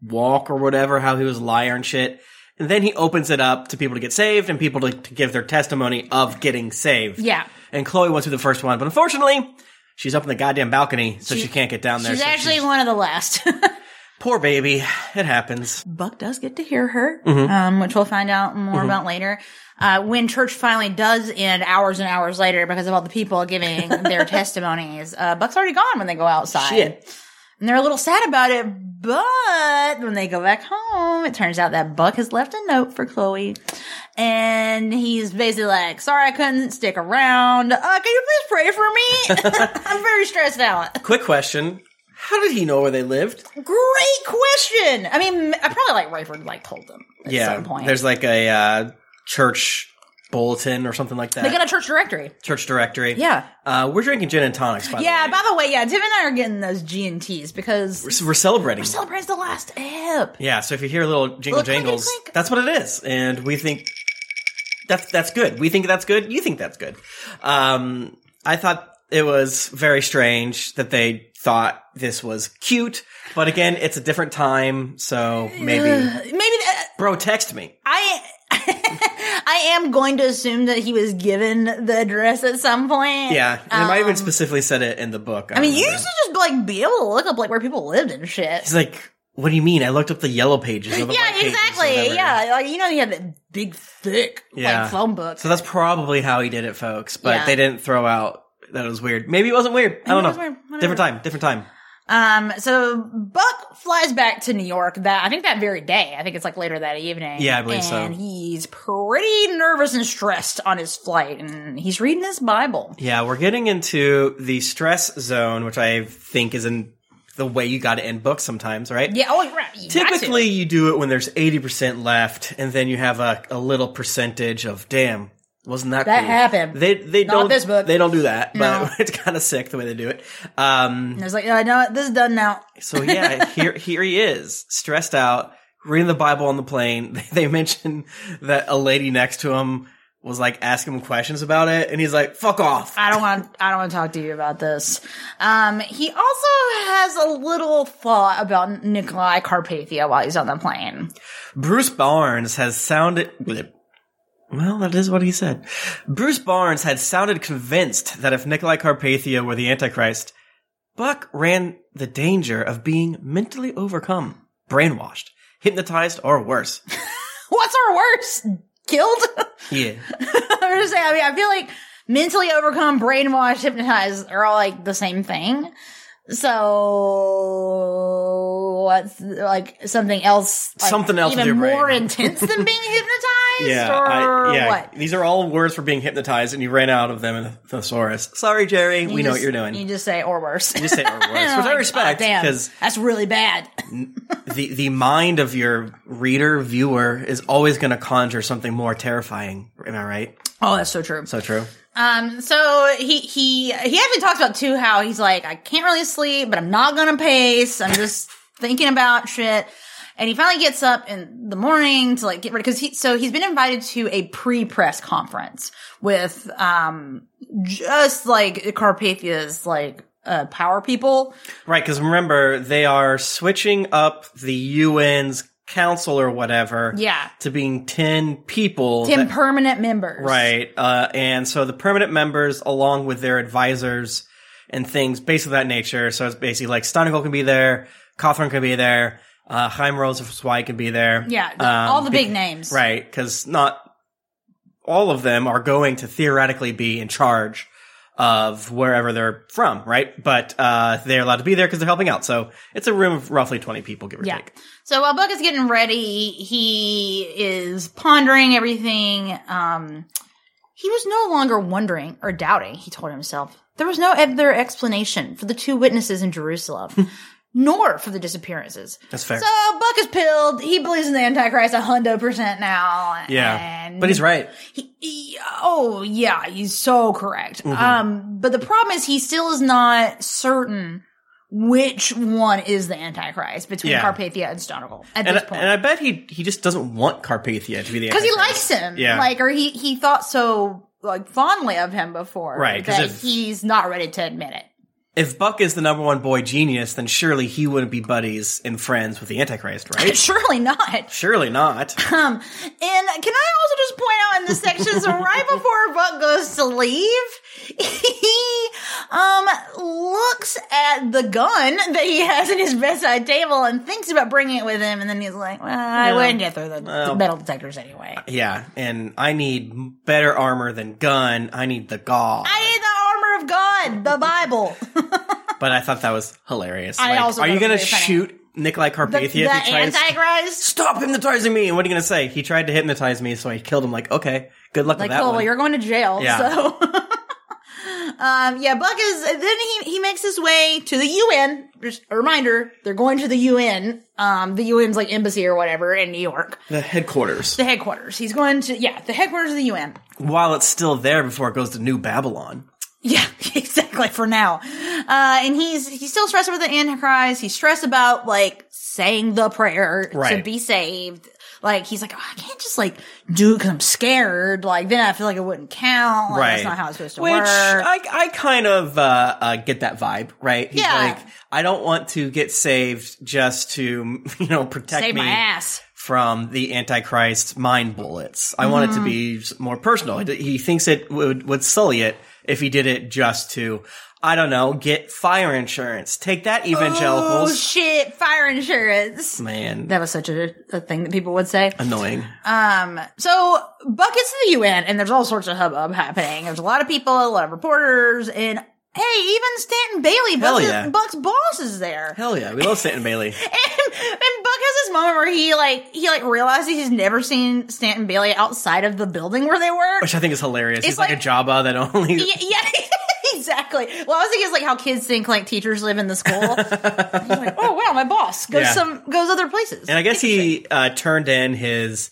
[SPEAKER 2] walk or whatever, how he was a liar and shit. And then he opens it up to people to get saved and people to, to give their testimony of getting saved.
[SPEAKER 3] Yeah.
[SPEAKER 2] And Chloe went through the first one, but unfortunately, she's up in the goddamn balcony, so she can't get down there.
[SPEAKER 3] She's
[SPEAKER 2] so
[SPEAKER 3] actually one of the last.
[SPEAKER 2] poor baby. It happens.
[SPEAKER 3] Buck does get to hear her,
[SPEAKER 2] Mm-hmm.
[SPEAKER 3] um, which we'll find out more about later. Uh, when church finally does end hours and hours later because of all the people giving their testimonies, uh, Buck's already gone when they go outside.
[SPEAKER 2] Shit.
[SPEAKER 3] And they're a little sad about it, but when they go back home, it turns out that Buck has left a note for Chloe. And he's basically like, sorry I couldn't stick around. Uh, can you please pray for me? I'm very stressed out.
[SPEAKER 2] Quick question. How did he know where they lived?
[SPEAKER 3] Great question. I mean, I probably like Rayford like told them at
[SPEAKER 2] yeah.
[SPEAKER 3] some point.
[SPEAKER 2] There's like a uh, church bulletin or something like that.
[SPEAKER 3] they got a church directory.
[SPEAKER 2] church directory.
[SPEAKER 3] Yeah.
[SPEAKER 2] Uh, we're drinking gin and tonics, by
[SPEAKER 3] yeah.
[SPEAKER 2] the way.
[SPEAKER 3] By the way, yeah, Tim and I are getting those G and Ts because
[SPEAKER 2] We're- we're celebrating.
[SPEAKER 3] celebrates the last ep.
[SPEAKER 2] Yeah, so if you hear little jingle
[SPEAKER 3] Little clinky
[SPEAKER 2] jangles,
[SPEAKER 3] clink.
[SPEAKER 2] that's what it is, and we think that's that's good. We think that's good. You think that's good. Um, I thought it was very strange that they thought this was cute, but again, it's a different time, so maybe.
[SPEAKER 3] Maybe uh, that,
[SPEAKER 2] Bro, text me.
[SPEAKER 3] I. I am going to assume that he was given the address at some point.
[SPEAKER 2] Yeah, and it might even specifically said it in the book.
[SPEAKER 3] Um, I mean, you used to just like be able to look up like where people lived and shit.
[SPEAKER 2] He's like, "What do you mean? I looked up the yellow pages." Or the white
[SPEAKER 3] Yeah,
[SPEAKER 2] pages or
[SPEAKER 3] exactly.
[SPEAKER 2] whatever.
[SPEAKER 3] Yeah, like, you know, he had that big, thick
[SPEAKER 2] Yeah.
[SPEAKER 3] like phone book.
[SPEAKER 2] So that's probably how he did it, folks. But
[SPEAKER 3] Yeah.
[SPEAKER 2] they didn't throw out that it was weird. Maybe it wasn't weird. I don't
[SPEAKER 3] it
[SPEAKER 2] know.
[SPEAKER 3] was weird. Whatever.
[SPEAKER 2] Different time. Different time.
[SPEAKER 3] Um, so Buck flies back to New York that I think that very day. I think it's like later that evening.
[SPEAKER 2] Yeah, I believe
[SPEAKER 3] and
[SPEAKER 2] so.
[SPEAKER 3] he's pretty nervous and stressed on his flight, and he's reading his Bible.
[SPEAKER 2] Yeah, we're getting into the stress zone, which I think is in the way you got to end books sometimes, right?
[SPEAKER 3] Yeah, oh right. you got to.
[SPEAKER 2] Typically, you do it when there's 80% left, and then you have a, a little percentage of, damn, wasn't that
[SPEAKER 3] That
[SPEAKER 2] cool?"
[SPEAKER 3] happened.
[SPEAKER 2] They, they
[SPEAKER 3] Not
[SPEAKER 2] don't,
[SPEAKER 3] this book.
[SPEAKER 2] They don't do that,
[SPEAKER 3] No.
[SPEAKER 2] but it's kind of sick the way they do it. Um,
[SPEAKER 3] And I was like, oh, no, this is done now.
[SPEAKER 2] So yeah, here here he is, stressed out, reading the Bible on the plane. They mention that a lady next to him was like asking him questions about it, and he's like, "Fuck off."
[SPEAKER 3] I don't want. I don't want to talk to you about this. Um, he also has a little thought about Nikolai Carpathia while he's on the plane.
[SPEAKER 2] Bruce Barnes has sounded. blip. Well, that is what he said. Bruce Barnes had sounded convinced that if Nikolai Carpathia were the Antichrist, Buck ran the danger of being mentally overcome, brainwashed, hypnotized, or worse.
[SPEAKER 3] What's our worst? Killed.
[SPEAKER 2] Yeah.
[SPEAKER 3] I'm just saying. I mean, I feel like mentally overcome, brainwashed, hypnotized are all like the same thing. So what's like something else? like,
[SPEAKER 2] Something else with
[SPEAKER 3] even
[SPEAKER 2] your brain.
[SPEAKER 3] more intense than being hypnotized,
[SPEAKER 2] Yeah,
[SPEAKER 3] or
[SPEAKER 2] I, yeah.
[SPEAKER 3] what?
[SPEAKER 2] These are all words for being hypnotized, and you ran out of them in the thesaurus. Sorry, Jerry. we know what
[SPEAKER 3] just-
[SPEAKER 2] you're doing.
[SPEAKER 3] You
[SPEAKER 2] You
[SPEAKER 3] just say or worse, Oh,
[SPEAKER 2] just say our words, which I respect
[SPEAKER 3] damn,
[SPEAKER 2] because
[SPEAKER 3] that's really bad.
[SPEAKER 2] the the mind of your reader viewer is always going to conjure something more terrifying. Am I right?
[SPEAKER 3] Oh, that's so true.
[SPEAKER 2] So true.
[SPEAKER 3] Um, so he he he actually talks about too how he's like, I can't really sleep, but I'm not gonna pace. I'm just thinking about shit. And he finally gets up in the morning to like get ready because he so he's been invited to a pre press conference with um just like Carpathia's like uh power people.
[SPEAKER 2] Right, because remember they are switching up the UN's council or whatever.
[SPEAKER 3] Yeah.
[SPEAKER 2] To being ten people.
[SPEAKER 3] Tim
[SPEAKER 2] that-
[SPEAKER 3] permanent members.
[SPEAKER 2] Right. Uh, and so the permanent members, along with their advisors and things based of that nature. So it's basically like Steinigel can be there, Cawthorn can be there, uh, Chaim Rosenzweig can be there.
[SPEAKER 3] Yeah. th-
[SPEAKER 2] Um,
[SPEAKER 3] all the big
[SPEAKER 2] be-
[SPEAKER 3] names.
[SPEAKER 2] Right. Because not all of them are going to theoretically be in charge of wherever they're from, right? But uh, they're allowed to be there because they're helping out. So it's a room of roughly 20 people, give or
[SPEAKER 3] Yeah.
[SPEAKER 2] take.
[SPEAKER 3] So while Buck is getting ready, he is pondering everything. Um, he was no longer wondering or doubting, he told himself. There was no other explanation for the two witnesses in Jerusalem, nor for the disappearances.
[SPEAKER 2] Hmm. That's fair.
[SPEAKER 3] So Buck is pilled. He believes in the Antichrist a hundred percent now.
[SPEAKER 2] yeah.
[SPEAKER 3] and
[SPEAKER 2] But he's right.
[SPEAKER 3] he- he- oh yeah, he's so correct.
[SPEAKER 2] Mm-hmm.
[SPEAKER 3] Um, but the problem is he still is not certain which one is the Antichrist between
[SPEAKER 2] Yeah.
[SPEAKER 3] Carpathia and Stonehill at
[SPEAKER 2] And I,
[SPEAKER 3] this
[SPEAKER 2] and I
[SPEAKER 3] point
[SPEAKER 2] bet he he just doesn't want Carpathia to be the
[SPEAKER 3] because he
[SPEAKER 2] Antichrist.
[SPEAKER 3] likes him,
[SPEAKER 2] Yeah.
[SPEAKER 3] Like, or he he thought so like fondly of him before,
[SPEAKER 2] Right, 'cause
[SPEAKER 3] That
[SPEAKER 2] if-
[SPEAKER 3] he's not ready to admit it.
[SPEAKER 2] if Buck is the number one boy genius, then surely he wouldn't be buddies and friends with the Antichrist, right?
[SPEAKER 3] Surely not.
[SPEAKER 2] surely not.
[SPEAKER 3] Um, and can I also just point out in this section, so right before Buck goes to leave, he um looks at the gun that he has in his bedside table and thinks about bringing it with him, and then he's like, "Well, I wouldn't get through the, the metal detectors anyway.
[SPEAKER 2] Yeah, and I need better armor than gun. I need the gaw.
[SPEAKER 3] I need the armor of God, the Bible."
[SPEAKER 2] but I thought that was hilarious.
[SPEAKER 3] I
[SPEAKER 2] Like,
[SPEAKER 3] also
[SPEAKER 2] are
[SPEAKER 3] thought
[SPEAKER 2] you
[SPEAKER 3] it was
[SPEAKER 2] gonna
[SPEAKER 3] really funny.
[SPEAKER 2] shoot Nikolai
[SPEAKER 3] the
[SPEAKER 2] Carpathia?
[SPEAKER 3] the
[SPEAKER 2] if he tries-
[SPEAKER 3] Antichrist.
[SPEAKER 2] Stop hypnotizing me! And what are you gonna say? He tried to hypnotize me, so I killed him. Like, okay, good luck
[SPEAKER 3] Like,
[SPEAKER 2] with that
[SPEAKER 3] cool,
[SPEAKER 2] one.
[SPEAKER 3] you're going to jail.
[SPEAKER 2] Yeah.
[SPEAKER 3] So, um, yeah, Buck is, then he, he makes his way to the UN. Just a reminder, they're going to the UN, um, the UN's like embassy or whatever in New York.
[SPEAKER 2] the headquarters.
[SPEAKER 3] The headquarters. He's going to, yeah, the headquarters of the UN.
[SPEAKER 2] While it's still there before it goes to New Babylon.
[SPEAKER 3] Yeah, exactly. For now, uh, and he's he's still stressed about the Antichrist. He's stressed about like saying the prayer to
[SPEAKER 2] Right.
[SPEAKER 3] be saved. Like he's like, oh, I can't just like do it because I'm scared. Like then I feel like it wouldn't count. Like, That's
[SPEAKER 2] Right.
[SPEAKER 3] not how it's supposed to
[SPEAKER 2] Which
[SPEAKER 3] work.
[SPEAKER 2] I, I kind of uh, uh, get that vibe, right? He's
[SPEAKER 3] Yeah.
[SPEAKER 2] like, I don't want to get saved just to, you know, protect
[SPEAKER 3] Save
[SPEAKER 2] me
[SPEAKER 3] my ass.
[SPEAKER 2] from the Antichrist mind bullets. I want it to
[SPEAKER 3] Mm-hmm.
[SPEAKER 2] be s- more personal. He- He thinks it would, would sully it if he did it just to, I don't know, get fire insurance. Take that,
[SPEAKER 3] Oh
[SPEAKER 2] evangelicals.
[SPEAKER 3] shit! Fire insurance.
[SPEAKER 2] Man,
[SPEAKER 3] That was such a, a thing that people would say.
[SPEAKER 2] annoying.
[SPEAKER 3] Um, so buckets to the UN, and there's all sorts of hubbub happening. There's a lot of people, a lot of reporters, and hey, even Stanton Bailey,
[SPEAKER 2] Hell
[SPEAKER 3] Buck's,
[SPEAKER 2] yeah.
[SPEAKER 3] Buck's boss, is there.
[SPEAKER 2] Hell yeah, we love Stanton Bailey.
[SPEAKER 3] And, and Buck has this moment where he like he like realizes he's never seen Stanton Bailey outside of the building where they work.
[SPEAKER 2] Which I think is hilarious. He's like,
[SPEAKER 3] like-
[SPEAKER 2] a Jabba that only.
[SPEAKER 3] yeah, yeah, exactly. Well, I was thinking it's like how kids think like teachers live in the school. He's like, oh wow, my boss goes
[SPEAKER 2] Yeah.
[SPEAKER 3] some goes other places.
[SPEAKER 2] And I guess he uh, turned in his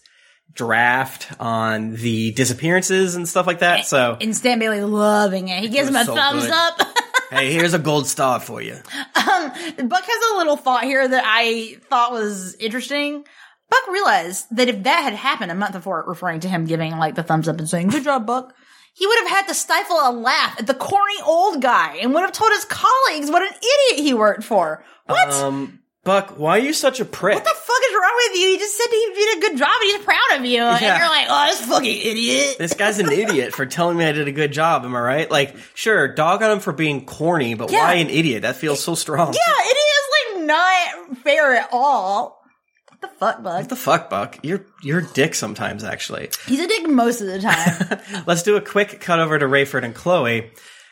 [SPEAKER 2] draft on the disappearances and stuff like that. So,
[SPEAKER 3] and Stan Bailey loving it. He gives him
[SPEAKER 2] was
[SPEAKER 3] a
[SPEAKER 2] so
[SPEAKER 3] thumbs
[SPEAKER 2] good.
[SPEAKER 3] up.
[SPEAKER 2] hey, here's a gold star for you.
[SPEAKER 3] Buck has a little thought here that I thought was interesting. Buck realized that if that had happened a month before, referring to him giving like the thumbs up and saying, good job, Buck, he would have had to stifle a laugh at the corny old guy and would have told his colleagues what an idiot he worked for. What?
[SPEAKER 2] Um, Buck, why are you such a prick?
[SPEAKER 3] what the fuck is wrong with you? He just said he did a good job and he's proud of you. And
[SPEAKER 2] Yeah.
[SPEAKER 3] you're like, oh, this fucking idiot.
[SPEAKER 2] this guy's an idiot for telling me I did a good job. Am I right? Like, sure, dog on him for being corny, but
[SPEAKER 3] Yeah.
[SPEAKER 2] why an idiot? That feels so strong.
[SPEAKER 3] yeah, it is like not fair at all. What the fuck, Buck?
[SPEAKER 2] What the fuck, Buck? You're you're a dick sometimes. Actually,
[SPEAKER 3] He's a dick most of the time.
[SPEAKER 2] let's do a quick cut over to Rayford and Chloe.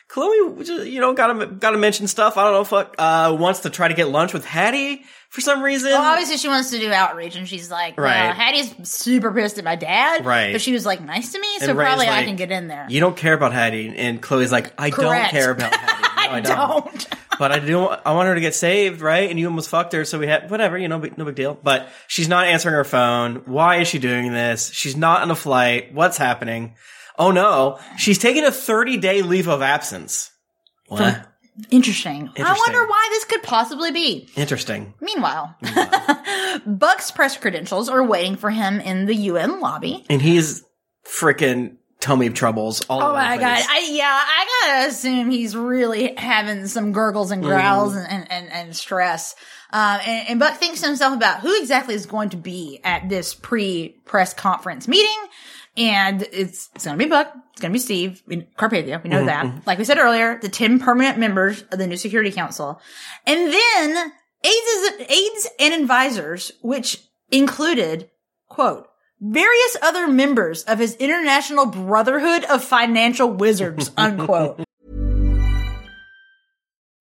[SPEAKER 2] Chloe, you know, gotta gotta mention stuff. I don't know. Fuck, uh, wants to try to get lunch with Hattie for some reason.
[SPEAKER 3] Well, obviously she wants to do outreach, and she's like, well,
[SPEAKER 2] Right.
[SPEAKER 3] Hattie's super pissed at my dad,
[SPEAKER 2] Right.
[SPEAKER 3] But she was like nice to me, so
[SPEAKER 2] And Ray's
[SPEAKER 3] probably I
[SPEAKER 2] like,
[SPEAKER 3] can get in there.
[SPEAKER 2] You don't care about Hattie, and Chloe's like, I
[SPEAKER 3] Correct.
[SPEAKER 2] don't care about Hattie. No, I don't.
[SPEAKER 3] Don't.
[SPEAKER 2] but I do. I want her to get saved, right? And you almost fucked her, so we had whatever. You know, big- no big deal. But she's not answering her phone. Why is she doing this? She's not on a flight. What's happening? Oh no, she's taking a thirty day leave of absence. What?
[SPEAKER 3] Interesting. I
[SPEAKER 2] Interesting.
[SPEAKER 3] wonder why this could possibly be.
[SPEAKER 2] Interesting.
[SPEAKER 3] Meanwhile, Buck's press credentials are waiting for him in the UN lobby.
[SPEAKER 2] And he's freaking tummy troubles all
[SPEAKER 3] Oh
[SPEAKER 2] over the
[SPEAKER 3] my god!
[SPEAKER 2] place.
[SPEAKER 3] I, yeah, I gotta assume he's really having some gurgles and growls
[SPEAKER 2] Mm-hmm.
[SPEAKER 3] and, and, and stress. Um, and, and Buck thinks to himself about who exactly is going to be at this pre-press conference meeting, and it's it's gonna be Buck, it's gonna be Steve, we, Carpathia, we
[SPEAKER 2] Mm-hmm.
[SPEAKER 3] know that. Like we said earlier, the ten permanent members of the new Security Council, and then aides is- aides and advisors, which included quote various other members of his international brotherhood of financial wizards unquote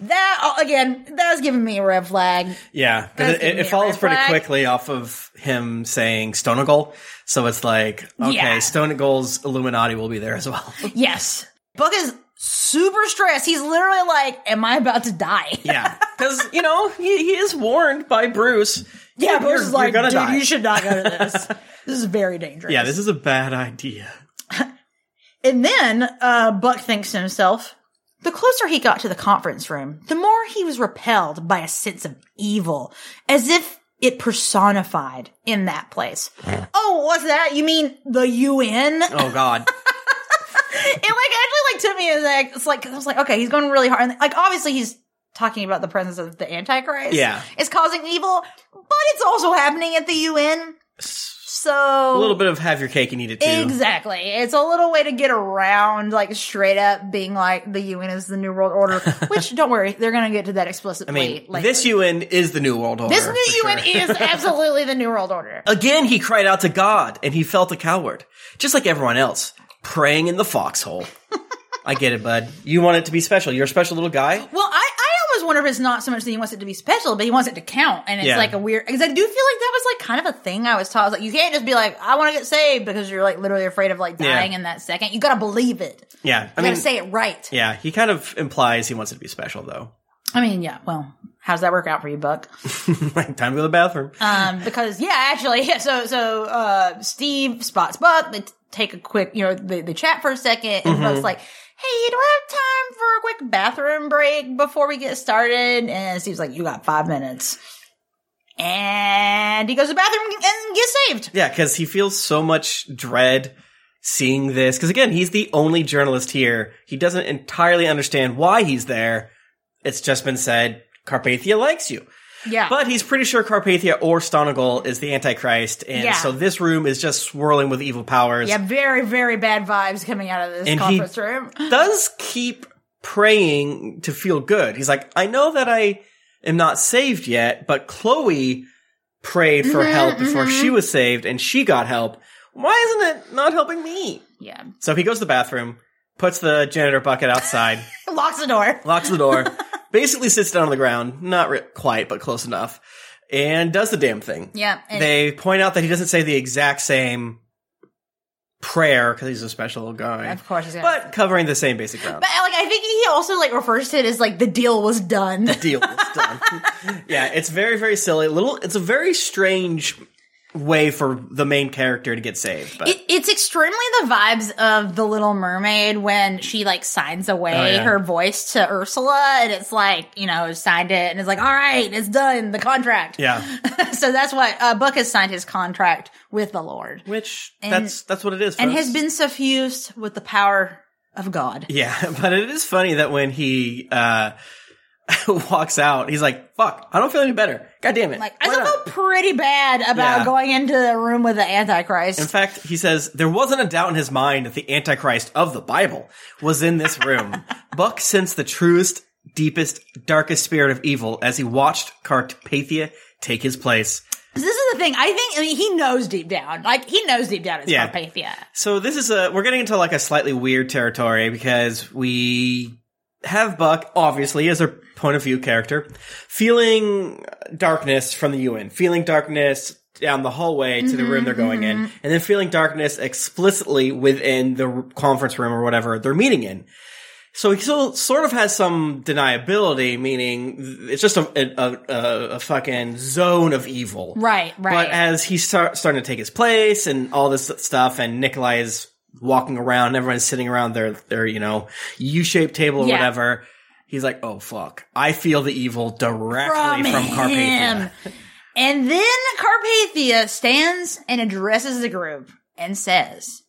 [SPEAKER 3] That uh, again, that was giving me a red flag.
[SPEAKER 2] Yeah, 'cause
[SPEAKER 3] That's
[SPEAKER 2] it,
[SPEAKER 3] giving
[SPEAKER 2] it,
[SPEAKER 3] me a
[SPEAKER 2] follows
[SPEAKER 3] red
[SPEAKER 2] pretty
[SPEAKER 3] flag.
[SPEAKER 2] quickly off of him saying Stonegal. So it's like, okay,
[SPEAKER 3] Yeah.
[SPEAKER 2] Stonegal's Illuminati will be there as well.
[SPEAKER 3] Yes, Buck is super stressed. He's literally like, "Am I about to die?"
[SPEAKER 2] yeah, because you know he, he is warned by Bruce.
[SPEAKER 3] Yeah,
[SPEAKER 2] "You're-
[SPEAKER 3] Buck is like,
[SPEAKER 2] you're gonna
[SPEAKER 3] "Dude,
[SPEAKER 2] die."
[SPEAKER 3] you should not go to this. this is very dangerous."
[SPEAKER 2] Yeah, this is a bad idea.
[SPEAKER 3] And then uh, Buck thinks to himself, the closer he got to the conference room, the more he was repelled by a sense of evil, as if it personified in that place. oh, what's that? You mean the UN?
[SPEAKER 2] Oh God.
[SPEAKER 3] it like actually like took me a sec. It's like 'cause I was like, okay, he's going really hard. And, like obviously he's talking about the presence of the Antichrist.
[SPEAKER 2] Yeah.
[SPEAKER 3] it's causing evil, but it's also happening at the UN.
[SPEAKER 2] a
[SPEAKER 3] So
[SPEAKER 2] little bit of have your cake and eat it too.
[SPEAKER 3] Exactly. It's a little way to get around, like straight up being like the UN is the New World Order. Which don't worry, they're gonna get to that
[SPEAKER 2] I
[SPEAKER 3] explicitly.
[SPEAKER 2] mean,
[SPEAKER 3] later.
[SPEAKER 2] this UN is the new world order.
[SPEAKER 3] this
[SPEAKER 2] for
[SPEAKER 3] new UN
[SPEAKER 2] sure.
[SPEAKER 3] is absolutely the New World Order.
[SPEAKER 2] Again, he cried out to God, and he felt a coward, just like everyone else, praying in the foxhole. I get it, bud. You want it to be special. You're a special little guy.
[SPEAKER 3] Well, I, I always wonder if it's not so much that he wants it to be special, but he wants it to count, and it's
[SPEAKER 2] Yeah.
[SPEAKER 3] like a weird. Because I do feel like that was like kind of a thing I was taught. I was like, you can't just be like, I want to get saved because you're like literally afraid of like
[SPEAKER 2] Yeah.
[SPEAKER 3] dying in that second. You gotta believe it. You
[SPEAKER 2] Yeah, I
[SPEAKER 3] gotta
[SPEAKER 2] mean,
[SPEAKER 3] say it right.
[SPEAKER 2] yeah. He kind of implies he wants it to be special, though.
[SPEAKER 3] I mean, yeah. Well, how's that work out for you, Buck?
[SPEAKER 2] like time to go to the bathroom.
[SPEAKER 3] um, because yeah, actually, yeah, so so uh, Steve spots Buck. They t- take a quick, you know, they, they chat for a second, and Buck's like, "Hey, do I have time for a quick bathroom break before we get started?" And Steve's like, "You got five minutes." And he goes to the bathroom and gets saved.
[SPEAKER 2] Yeah, because he feels so much dread seeing this. Because again, he's the only journalist here. He doesn't entirely understand why he's there. It's just been said Carpathia likes you.
[SPEAKER 3] Yeah,
[SPEAKER 2] But he's pretty sure Carpathia or Stonegal is the Antichrist. And
[SPEAKER 3] Yeah.
[SPEAKER 2] so this room is just swirling with evil powers.
[SPEAKER 3] yeah, very very bad vibes coming out of this
[SPEAKER 2] And he-
[SPEAKER 3] conference room.
[SPEAKER 2] Does keep praying to feel good. He's like, I know that I am not saved yet, but Chloe prayed for
[SPEAKER 3] Mm-hmm,
[SPEAKER 2] help before she was saved and she got help. Why isn't it not helping me?
[SPEAKER 3] Yeah,
[SPEAKER 2] So he goes to the bathroom, puts the janitor bucket outside,
[SPEAKER 3] locks the door.
[SPEAKER 2] locks the door, basically sits down on the ground, not re- quite, but close enough, and does the damn thing.
[SPEAKER 3] Yeah, and-
[SPEAKER 2] They point out that he doesn't say the exact same prayer because he's a special guy.
[SPEAKER 3] Of course he's gonna-
[SPEAKER 2] But covering the same basic ground.
[SPEAKER 3] But like, I think he also like refers to it as like the deal was done.
[SPEAKER 2] Deal is done. yeah, it's very, very silly. A little, it's a very strange way for the main character to get saved. But
[SPEAKER 3] It, it's extremely the vibes of the Little Mermaid when she like signs away
[SPEAKER 2] Oh, yeah.
[SPEAKER 3] her voice to Ursula, and it's like you know signed it, and it's like all right, it's done, the contract.
[SPEAKER 2] yeah,
[SPEAKER 3] so that's what uh, Buck has signed his contract with the Lord,
[SPEAKER 2] which that's that's what it is.
[SPEAKER 3] and
[SPEAKER 2] folks.
[SPEAKER 3] has been suffused with the power of God.
[SPEAKER 2] Yeah, but it is funny that when he uh walks out, he's like, "Fuck, I don't feel any better. God damn it!"
[SPEAKER 3] Like I
[SPEAKER 2] Why
[SPEAKER 3] still
[SPEAKER 2] not?"
[SPEAKER 3] feel pretty bad about
[SPEAKER 2] Yeah.
[SPEAKER 3] going into the room with the Antichrist.
[SPEAKER 2] In fact, he says there wasn't a doubt in his mind that the Antichrist of the Bible was in this room. Buck sensed the truest, deepest, darkest spirit of evil as he watched Carpathia take his place.
[SPEAKER 3] this is the thing. I think I mean, he knows deep down. Like he knows deep down it's
[SPEAKER 2] Yeah.
[SPEAKER 3] Carpathia.
[SPEAKER 2] So this is a we're getting into like a slightly weird territory because we have Buck obviously as our point of view character feeling darkness from the UN, feeling darkness down the hallway to the room
[SPEAKER 3] Mm-hmm,
[SPEAKER 2] they're going in, and then feeling darkness explicitly within the r- conference room or whatever they're meeting in. So he still sort of has some deniability, meaning th- it's just a a, a, a fucking zone of evil,
[SPEAKER 3] Right, right.
[SPEAKER 2] But as he's start, starting to take his place and all this stuff, and Nikolai is walking around, everyone's sitting around their their you know U shaped table or
[SPEAKER 3] Yeah.
[SPEAKER 2] whatever. He's like, "Oh fuck, I feel the evil
[SPEAKER 3] from,
[SPEAKER 2] directly from,
[SPEAKER 3] him.
[SPEAKER 2] Carpathia."
[SPEAKER 3] and then Carpathia stands and addresses the group and says,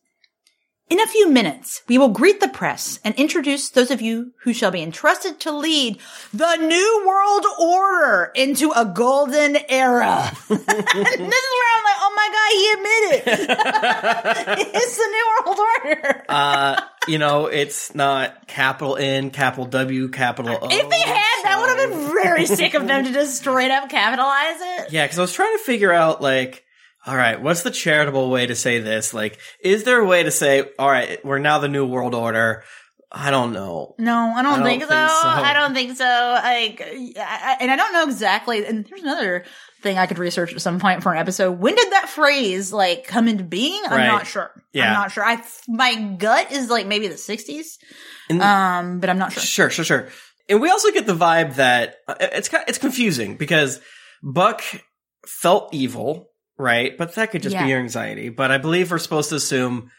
[SPEAKER 3] In a few minutes, we will greet the press and introduce those of you who shall be entrusted to lead the New World Order into a golden era. this is where I'm like, oh
[SPEAKER 4] my God, he admitted. it's the New World Order.
[SPEAKER 2] Uh, you know, it's not capital N, capital W, capital O.
[SPEAKER 4] if he had, that would have been very sick of them to just straight up capitalize it.
[SPEAKER 2] Yeah, because I was trying to figure out, like, all right, what's the charitable way to say this? Like, is there a way to say, all right, we're now the New World Order? I don't know.
[SPEAKER 3] No, I don't,
[SPEAKER 2] don't
[SPEAKER 3] think,
[SPEAKER 2] think
[SPEAKER 3] so.
[SPEAKER 2] so.
[SPEAKER 3] I don't think so. Like, I, I- and I don't know exactly. And there's another thing I could research at some point for an episode. When did that phrase like come into being? I'm
[SPEAKER 2] Right.
[SPEAKER 3] not sure.
[SPEAKER 2] Yeah.
[SPEAKER 3] I'm not sure. I my gut is like maybe the 60s.
[SPEAKER 2] And-
[SPEAKER 3] um, but I'm not sure.
[SPEAKER 2] Sure, sure, sure. And we also get the vibe that uh, it's ki- it's confusing because Buck felt evil, right? But that could just
[SPEAKER 3] Yeah.
[SPEAKER 2] be your anxiety. But I believe we're supposed to assume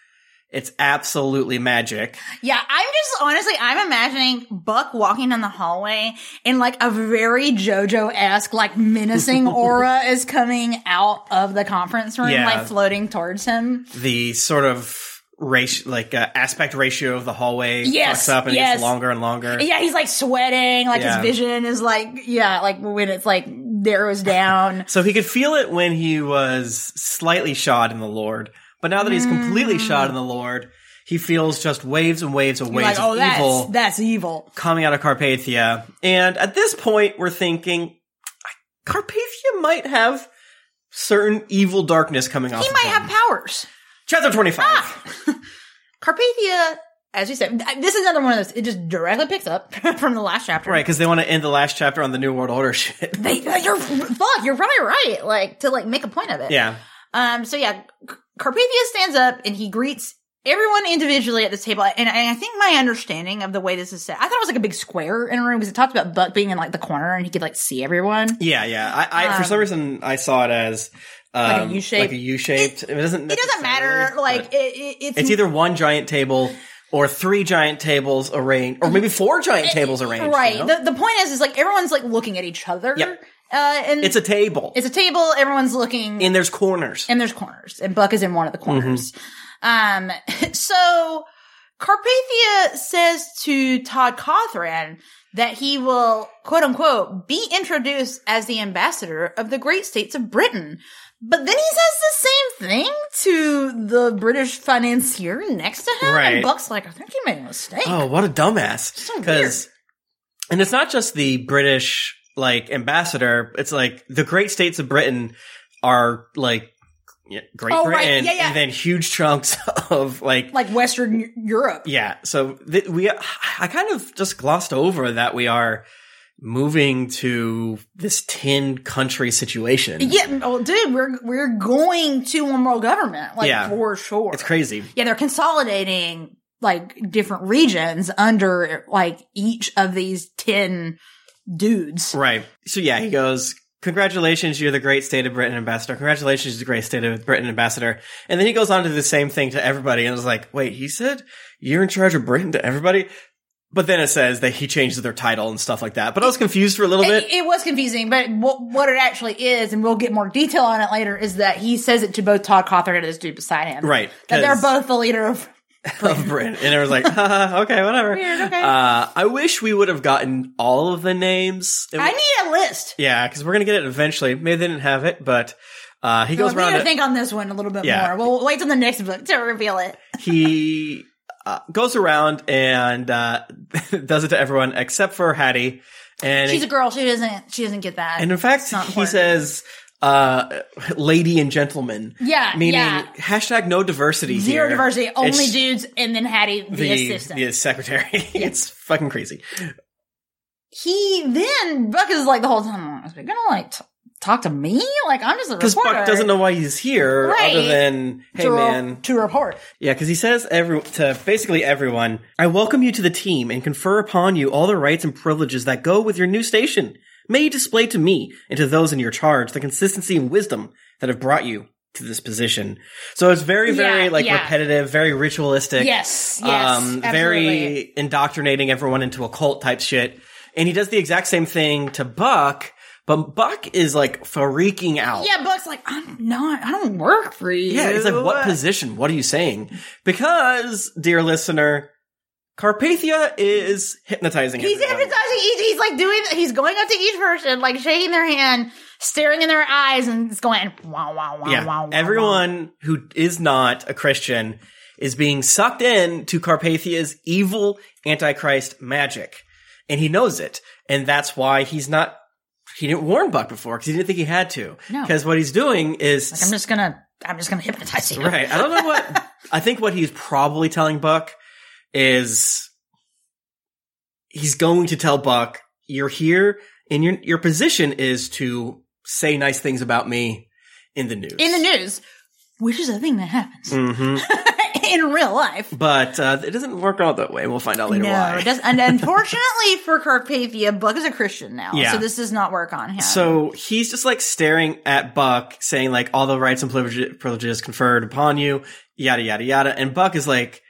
[SPEAKER 2] it's absolutely magic.
[SPEAKER 3] Yeah, I'm just honestly, I'm imagining Buck walking down the hallway and like a very JoJo esque, like menacing aura is coming out of the conference room,
[SPEAKER 2] Yeah.
[SPEAKER 3] like floating towards him.
[SPEAKER 2] The sort of ratio, like uh, aspect ratio of the hallway,
[SPEAKER 3] Yes,
[SPEAKER 2] fucks up and it
[SPEAKER 3] yes.
[SPEAKER 2] gets longer and longer.
[SPEAKER 3] Yeah, he's like sweating, like
[SPEAKER 2] Yeah.
[SPEAKER 3] his vision is like, yeah, like when it's like narrows down.
[SPEAKER 2] So he could feel it when he was slightly shod in the Lord, but now that he's completely shod in the Lord, he feels just waves and waves and waves
[SPEAKER 3] Mm. like,
[SPEAKER 2] of
[SPEAKER 3] oh, that's
[SPEAKER 2] evil.
[SPEAKER 3] that's evil.
[SPEAKER 2] coming out of Carpathia. And at this point, we're thinking Carpathia might have certain evil darkness coming off.
[SPEAKER 3] He
[SPEAKER 2] of
[SPEAKER 3] might
[SPEAKER 2] him.
[SPEAKER 3] have Ah! powers.
[SPEAKER 2] Chapter 25.
[SPEAKER 3] Carpathia, as you said, th- this is another one of those. It just directly picks up from the last chapter.
[SPEAKER 2] Right, because they want to end the last chapter on the New World Order shit.
[SPEAKER 3] They, uh, you're fuck. You're probably right. Like to like make a point of it.
[SPEAKER 2] yeah.
[SPEAKER 3] Um, so yeah, C- Carpathia stands up and he greets everyone individually at this table. And, and I think my understanding of the way this is set, I thought it was like a big square in a room because it talked about Buck being in like the corner and he could like see everyone.
[SPEAKER 2] Yeah, yeah. I, I for some reason I saw it as um,
[SPEAKER 3] Um, Like a U-shaped-
[SPEAKER 2] Like a U-shaped. It, doesn't.
[SPEAKER 3] It doesn't matter.
[SPEAKER 2] necessarily,
[SPEAKER 3] Like
[SPEAKER 2] but
[SPEAKER 3] it, it, it's,
[SPEAKER 2] it's either one giant table or three giant tables arranged, or maybe four giant tables arranged. you
[SPEAKER 3] right.
[SPEAKER 2] know?
[SPEAKER 3] The, the point is, is like everyone's like looking at each other.
[SPEAKER 2] Yep.
[SPEAKER 3] Uh, and
[SPEAKER 2] it's a table,
[SPEAKER 3] it's a table. Everyone's looking
[SPEAKER 2] and there's corners.
[SPEAKER 3] and there's corners and buck is in one of the corners
[SPEAKER 2] Mm-hmm.
[SPEAKER 3] um so carpathia says to todd cawthran that he will quote unquote be introduced as the ambassador of the great states of britain but then he says the same thing to the british financier next to him
[SPEAKER 2] Right.
[SPEAKER 3] and buck's like i think he made a mistake
[SPEAKER 2] Oh, what a dumbass!
[SPEAKER 3] so
[SPEAKER 2] and it's not just the British like ambassador. It's like the great states of Britain are like yeah, Great
[SPEAKER 3] Oh, right.
[SPEAKER 2] Britain,
[SPEAKER 3] Yeah, yeah.
[SPEAKER 2] and then huge chunks of like.
[SPEAKER 3] like western Eu- europe
[SPEAKER 2] yeah, so th- we, I kind of just glossed over that we are moving to this ten country situation.
[SPEAKER 3] yeah well dude we're we're going to one world government like
[SPEAKER 2] Yeah.
[SPEAKER 3] for sure
[SPEAKER 2] it's crazy.
[SPEAKER 3] yeah, they're consolidating like different regions under like each of these 10 dudes.
[SPEAKER 2] Right. So yeah, he goes, Congratulations, you're the great state of Britain ambassador. Congratulations, you're the great state of Britain ambassador. And then he goes on to do the same thing to everybody and is like, Wait, he said you're in charge of Britain to everybody? But then it says that he changes their title and stuff like that. But I was confused for a little
[SPEAKER 3] It,
[SPEAKER 2] bit.
[SPEAKER 3] it was confusing, but what, what it actually is, and we'll get more detail on it later, is that he says it to both Todd Cawthon and this dude beside him.
[SPEAKER 2] Right,
[SPEAKER 3] That they're
[SPEAKER 2] 'cause-
[SPEAKER 3] both the leader of.
[SPEAKER 2] Of Britain. And I was like, "Haha, okay, whatever.
[SPEAKER 3] Weird, okay.
[SPEAKER 2] Uh, I wish we would have gotten all of the names. It
[SPEAKER 3] I
[SPEAKER 2] w-
[SPEAKER 3] need a list.
[SPEAKER 2] yeah, because we're going to get it eventually. Maybe they didn't have it, but uh, he
[SPEAKER 3] We
[SPEAKER 2] goes
[SPEAKER 3] need
[SPEAKER 2] around.
[SPEAKER 3] to
[SPEAKER 2] it-
[SPEAKER 3] think on this one a little bit
[SPEAKER 2] Yeah.
[SPEAKER 3] more. We'll wait till the next book to reveal it.
[SPEAKER 2] he uh, goes around and uh, does it to everyone except for Hattie. And
[SPEAKER 3] She's a girl. She doesn't. She doesn't get that.
[SPEAKER 2] and in fact,
[SPEAKER 3] It's not
[SPEAKER 2] he
[SPEAKER 3] important.
[SPEAKER 2] says, uh, "Lady and gentleman."
[SPEAKER 3] Yeah,
[SPEAKER 2] meaning
[SPEAKER 3] yeah.
[SPEAKER 2] hashtag no diversity.
[SPEAKER 3] zero
[SPEAKER 2] here.
[SPEAKER 3] diversity, only
[SPEAKER 2] It's
[SPEAKER 3] dudes, and then Hattie, the,
[SPEAKER 2] The,
[SPEAKER 3] assistant.
[SPEAKER 2] the secretary. it's fucking crazy.
[SPEAKER 3] he then Buck is like the whole time. Is he gonna like t- talk to me? Like I'm just a
[SPEAKER 2] Because
[SPEAKER 3] reporter.
[SPEAKER 2] Buck doesn't know why he's here,
[SPEAKER 3] Right.
[SPEAKER 2] other than hey
[SPEAKER 3] to re-
[SPEAKER 2] man,
[SPEAKER 3] to report.
[SPEAKER 2] Yeah, because he says every, to basically everyone, I welcome you to the team and confer upon you all the rights and privileges that go with your new station. May you display to me and to those in your charge the consistency and wisdom that have brought you to this position. So it's very, very
[SPEAKER 3] Yeah,
[SPEAKER 2] like
[SPEAKER 3] yeah.
[SPEAKER 2] repetitive, very ritualistic. um,
[SPEAKER 3] Yes, yes, absolutely.
[SPEAKER 2] very indoctrinating everyone into occult type shit. And he does the exact same thing to Buck, but Buck is like freaking out.
[SPEAKER 3] Yeah, Buck's like I'm not. I don't work for you.
[SPEAKER 2] Yeah, it's like what position? What are you saying? Because, dear listener, Carpathia is hypnotizing
[SPEAKER 3] He's
[SPEAKER 2] everyone.
[SPEAKER 3] hypnotizing each. He's like doing. He's going up to each person, like shaking their hand, staring in their eyes, and it's going wow, wow, wow,
[SPEAKER 2] yeah.
[SPEAKER 3] wow, wow.
[SPEAKER 2] Everyone who is not a Christian is being sucked in to Carpathia's evil antichrist magic. And he knows it. And that's why he's not he didn't warn Buck before because he didn't think he had to.
[SPEAKER 3] No.
[SPEAKER 2] Because what he's doing is
[SPEAKER 3] Like, I'm just gonna. I'm just gonna hypnotize you.
[SPEAKER 2] Right. I don't know what I think what he's probably telling Buck is he's going to tell Buck, you're here and your your position is to say nice things about me in the news.
[SPEAKER 3] In the news, which is a thing that happens
[SPEAKER 2] Mhm.
[SPEAKER 3] in real life.
[SPEAKER 2] But uh, it doesn't work out that way. We'll find out later
[SPEAKER 3] no,
[SPEAKER 2] why.
[SPEAKER 3] it doesn't. And unfortunately for Carpathia, Buck is a Christian now,
[SPEAKER 2] Yeah.
[SPEAKER 3] so this does not work on him.
[SPEAKER 2] So he's just like staring at Buck, saying like all the rights and privilege- privileges conferred upon you, yada yada yada. And Buck is like,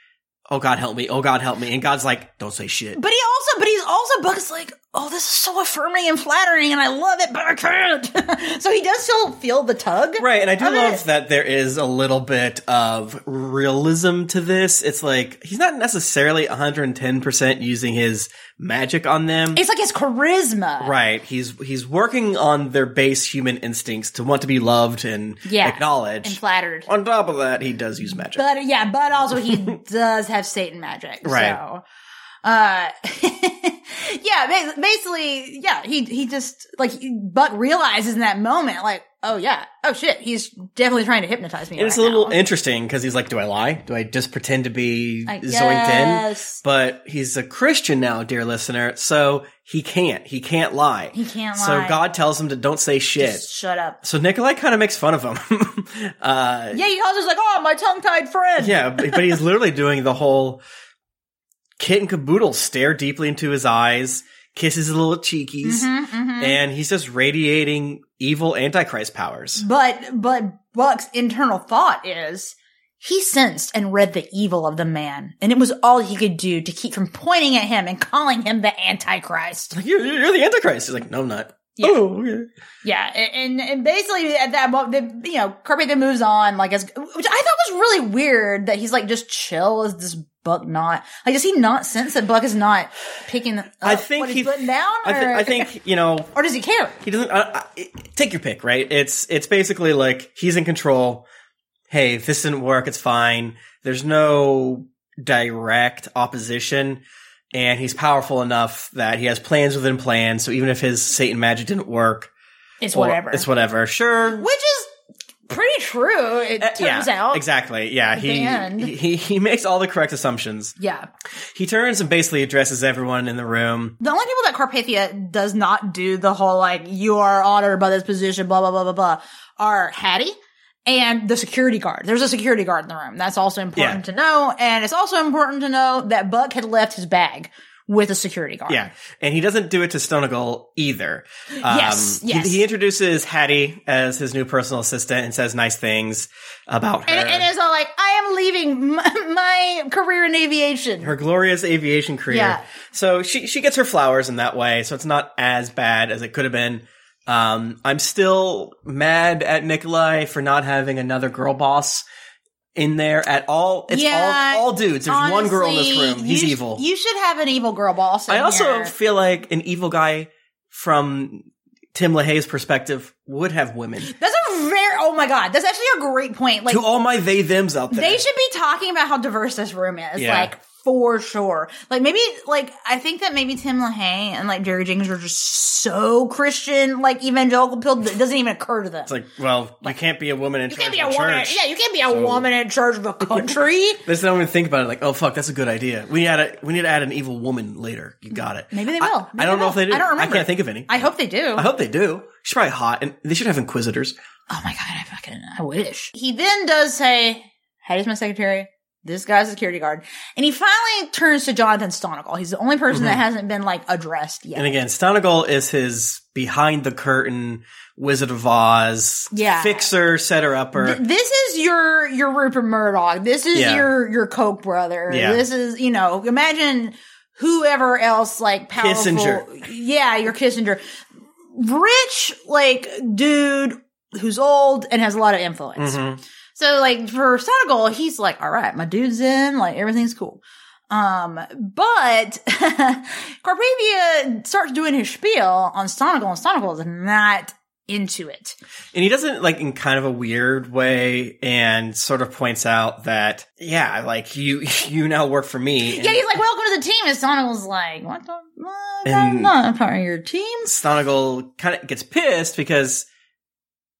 [SPEAKER 2] "Oh God, help me! Oh God, help me!" And God's like, "Don't say shit."
[SPEAKER 3] But he also, but he's also Buck's like, oh, this is so affirming and flattering, and I love it, but I can't. so he does still feel the tug,
[SPEAKER 2] Right, and I do
[SPEAKER 3] of it.
[SPEAKER 2] love that there is a little bit of realism to this. It's like he's not necessarily 110% using his magic on them.
[SPEAKER 3] It's like his charisma,
[SPEAKER 2] right. He's he's working on their base human instincts to want to be loved and
[SPEAKER 3] Yeah,
[SPEAKER 2] acknowledged.
[SPEAKER 3] and flattered.
[SPEAKER 2] on top of that, he does use magic.
[SPEAKER 3] But yeah, but also he does have Satan magic,
[SPEAKER 2] Right.
[SPEAKER 3] So. Uh, yeah, ba- basically, yeah, he, he just, like, Buck realizes in that moment, like, oh yeah, oh shit, he's definitely trying to hypnotize me.
[SPEAKER 2] And it's a
[SPEAKER 3] right
[SPEAKER 2] little
[SPEAKER 3] now.
[SPEAKER 2] interesting because he's like, "Do I lie? Do I just pretend to be
[SPEAKER 3] I
[SPEAKER 2] zoinked in?"
[SPEAKER 3] guess.
[SPEAKER 2] But he's a Christian now, dear listener, so he can't. He can't lie.
[SPEAKER 3] He can't
[SPEAKER 2] So
[SPEAKER 3] lie.
[SPEAKER 2] God tells him to don't say shit.
[SPEAKER 3] Just shut up.
[SPEAKER 2] so Nikolai kind of makes fun of him. uh,
[SPEAKER 3] Yeah, he calls us like, oh, my tongue tied friend.
[SPEAKER 2] yeah, but but he's literally doing the whole kit and caboodle stare deeply into his eyes, kisses his little cheekies,
[SPEAKER 3] Mm-hmm,
[SPEAKER 2] and he's just radiating evil antichrist powers.
[SPEAKER 3] But but Buck's internal thought is he sensed and read the evil of the man, and it was all he could do to keep from pointing at him and calling him the Antichrist.
[SPEAKER 2] Like, you're, you're the antichrist. He's like, "No, I'm not."
[SPEAKER 3] Yeah.
[SPEAKER 2] Oh, okay.
[SPEAKER 3] Yeah, a- and and basically at that moment, the, you know, Kirby then moves on like as which I thought was really weird that he's like just chill. Is this Buck not like? Does he not sense that Buck is not picking? Up
[SPEAKER 2] I think
[SPEAKER 3] what
[SPEAKER 2] he-
[SPEAKER 3] he's putting down.
[SPEAKER 2] I, th-
[SPEAKER 3] or-
[SPEAKER 2] I think you know
[SPEAKER 3] or does he care?
[SPEAKER 2] he doesn't. I, I, take your pick, right? It's it's basically like he's in control. Hey, if this didn't work, it's fine. There's no direct opposition, and he's powerful enough that he has plans within plans. So even if his Satan magic didn't work,
[SPEAKER 3] It's
[SPEAKER 2] well,
[SPEAKER 3] whatever.
[SPEAKER 2] It's whatever. Sure.
[SPEAKER 3] which is pretty true. It turns
[SPEAKER 2] Uh, yeah,
[SPEAKER 3] out
[SPEAKER 2] exactly. Yeah,
[SPEAKER 3] the end.
[SPEAKER 2] he, he he makes all the correct assumptions.
[SPEAKER 3] Yeah.
[SPEAKER 2] He turns and basically addresses everyone in the room.
[SPEAKER 3] The only people that Carpathia does not do the whole like you are honored by this position, blah blah blah blah blah, are Hattie and the security guard. There's a security guard in the room. That's also important
[SPEAKER 2] Yeah.
[SPEAKER 3] to know, and it's also important to know that Buck had left his bag with a security guard.
[SPEAKER 2] Yeah, and he doesn't do it to Stonegal either. Um,
[SPEAKER 3] Yes,
[SPEAKER 2] he-
[SPEAKER 3] yes.
[SPEAKER 2] He, introduces Hattie as his new personal assistant and says nice things about her.
[SPEAKER 3] And, and it's all like, I am leaving my, my career in aviation.
[SPEAKER 2] her glorious aviation career.
[SPEAKER 3] Yeah.
[SPEAKER 2] So she she gets her flowers in that way. So it's not as bad as it could have been. Um, I'm still mad at Nikolai for not having another girl boss in there at all. It's
[SPEAKER 3] Yeah,
[SPEAKER 2] all all dudes. There's one girl in this
[SPEAKER 3] Honestly,
[SPEAKER 2] room. He's
[SPEAKER 3] you sh-
[SPEAKER 2] evil.
[SPEAKER 3] You should have an evil girl boss. in
[SPEAKER 2] I also
[SPEAKER 3] your-
[SPEAKER 2] feel like an evil guy from Tim LaHaye's perspective would have women.
[SPEAKER 3] That's a very. Oh my god, that's actually a great point. Like
[SPEAKER 2] to all my they thems out there.
[SPEAKER 3] They should be talking about how diverse this room is,
[SPEAKER 2] Yeah.
[SPEAKER 3] like for sure. Like maybe, like I think that maybe Tim LaHaye and like Jerry Jenkins are just so Christian, like evangelical pilled that it doesn't even occur to them.
[SPEAKER 2] It's like, well, you can't be a woman in
[SPEAKER 3] you
[SPEAKER 2] charge
[SPEAKER 3] can't be a
[SPEAKER 2] of a
[SPEAKER 3] woman.
[SPEAKER 2] church.
[SPEAKER 3] yeah, you can't be a woman in charge of a country.
[SPEAKER 2] They don't even think about it. Like, oh fuck, that's a good idea. We had a, we need to add an evil woman later. You got it.
[SPEAKER 3] Mm-hmm. Maybe they
[SPEAKER 2] I-
[SPEAKER 3] will.
[SPEAKER 2] I,
[SPEAKER 3] Maybe
[SPEAKER 2] don't know
[SPEAKER 3] they will.
[SPEAKER 2] if they do.
[SPEAKER 3] I don't remember.
[SPEAKER 2] I can't think of any.
[SPEAKER 3] I hope they do.
[SPEAKER 2] I hope they do. She's probably hot, and they should have inquisitors.
[SPEAKER 3] oh my god, I fucking I wish. He then does say, "Hattie's my secretary." This guy's a security guard, and he finally turns to Jonathan Stonegal. He's the only person that hasn't been like addressed yet.
[SPEAKER 2] Mm-hmm. And again, Stonegal is his behind the curtain Wizard of Oz,
[SPEAKER 3] Yeah.
[SPEAKER 2] fixer, setter upper.
[SPEAKER 3] Th- this is your your Rupert Murdoch. This is
[SPEAKER 2] Yeah.
[SPEAKER 3] your your Koch brother.
[SPEAKER 2] Yeah.
[SPEAKER 3] This is you know imagine whoever else like powerful.
[SPEAKER 2] Kissinger.
[SPEAKER 3] Yeah, your Kissinger, rich like dude who's old and has a lot of
[SPEAKER 2] Mm-hmm.
[SPEAKER 3] influence. So like for Senegal, he's like, all right, my dude's in, like everything's cool. Um, but Carpavia starts doing his spiel on Sonicle, and Sonicle is not into it.
[SPEAKER 2] And he doesn't like in kind of a weird way and sort of points out that, yeah, like you, you now work for me. And
[SPEAKER 3] Yeah, he's like, "Welcome to the team," and Sonicle's like, "What the? fuck?
[SPEAKER 2] And-
[SPEAKER 3] I'm not a part of your team."
[SPEAKER 2] Stonigal kind of gets pissed because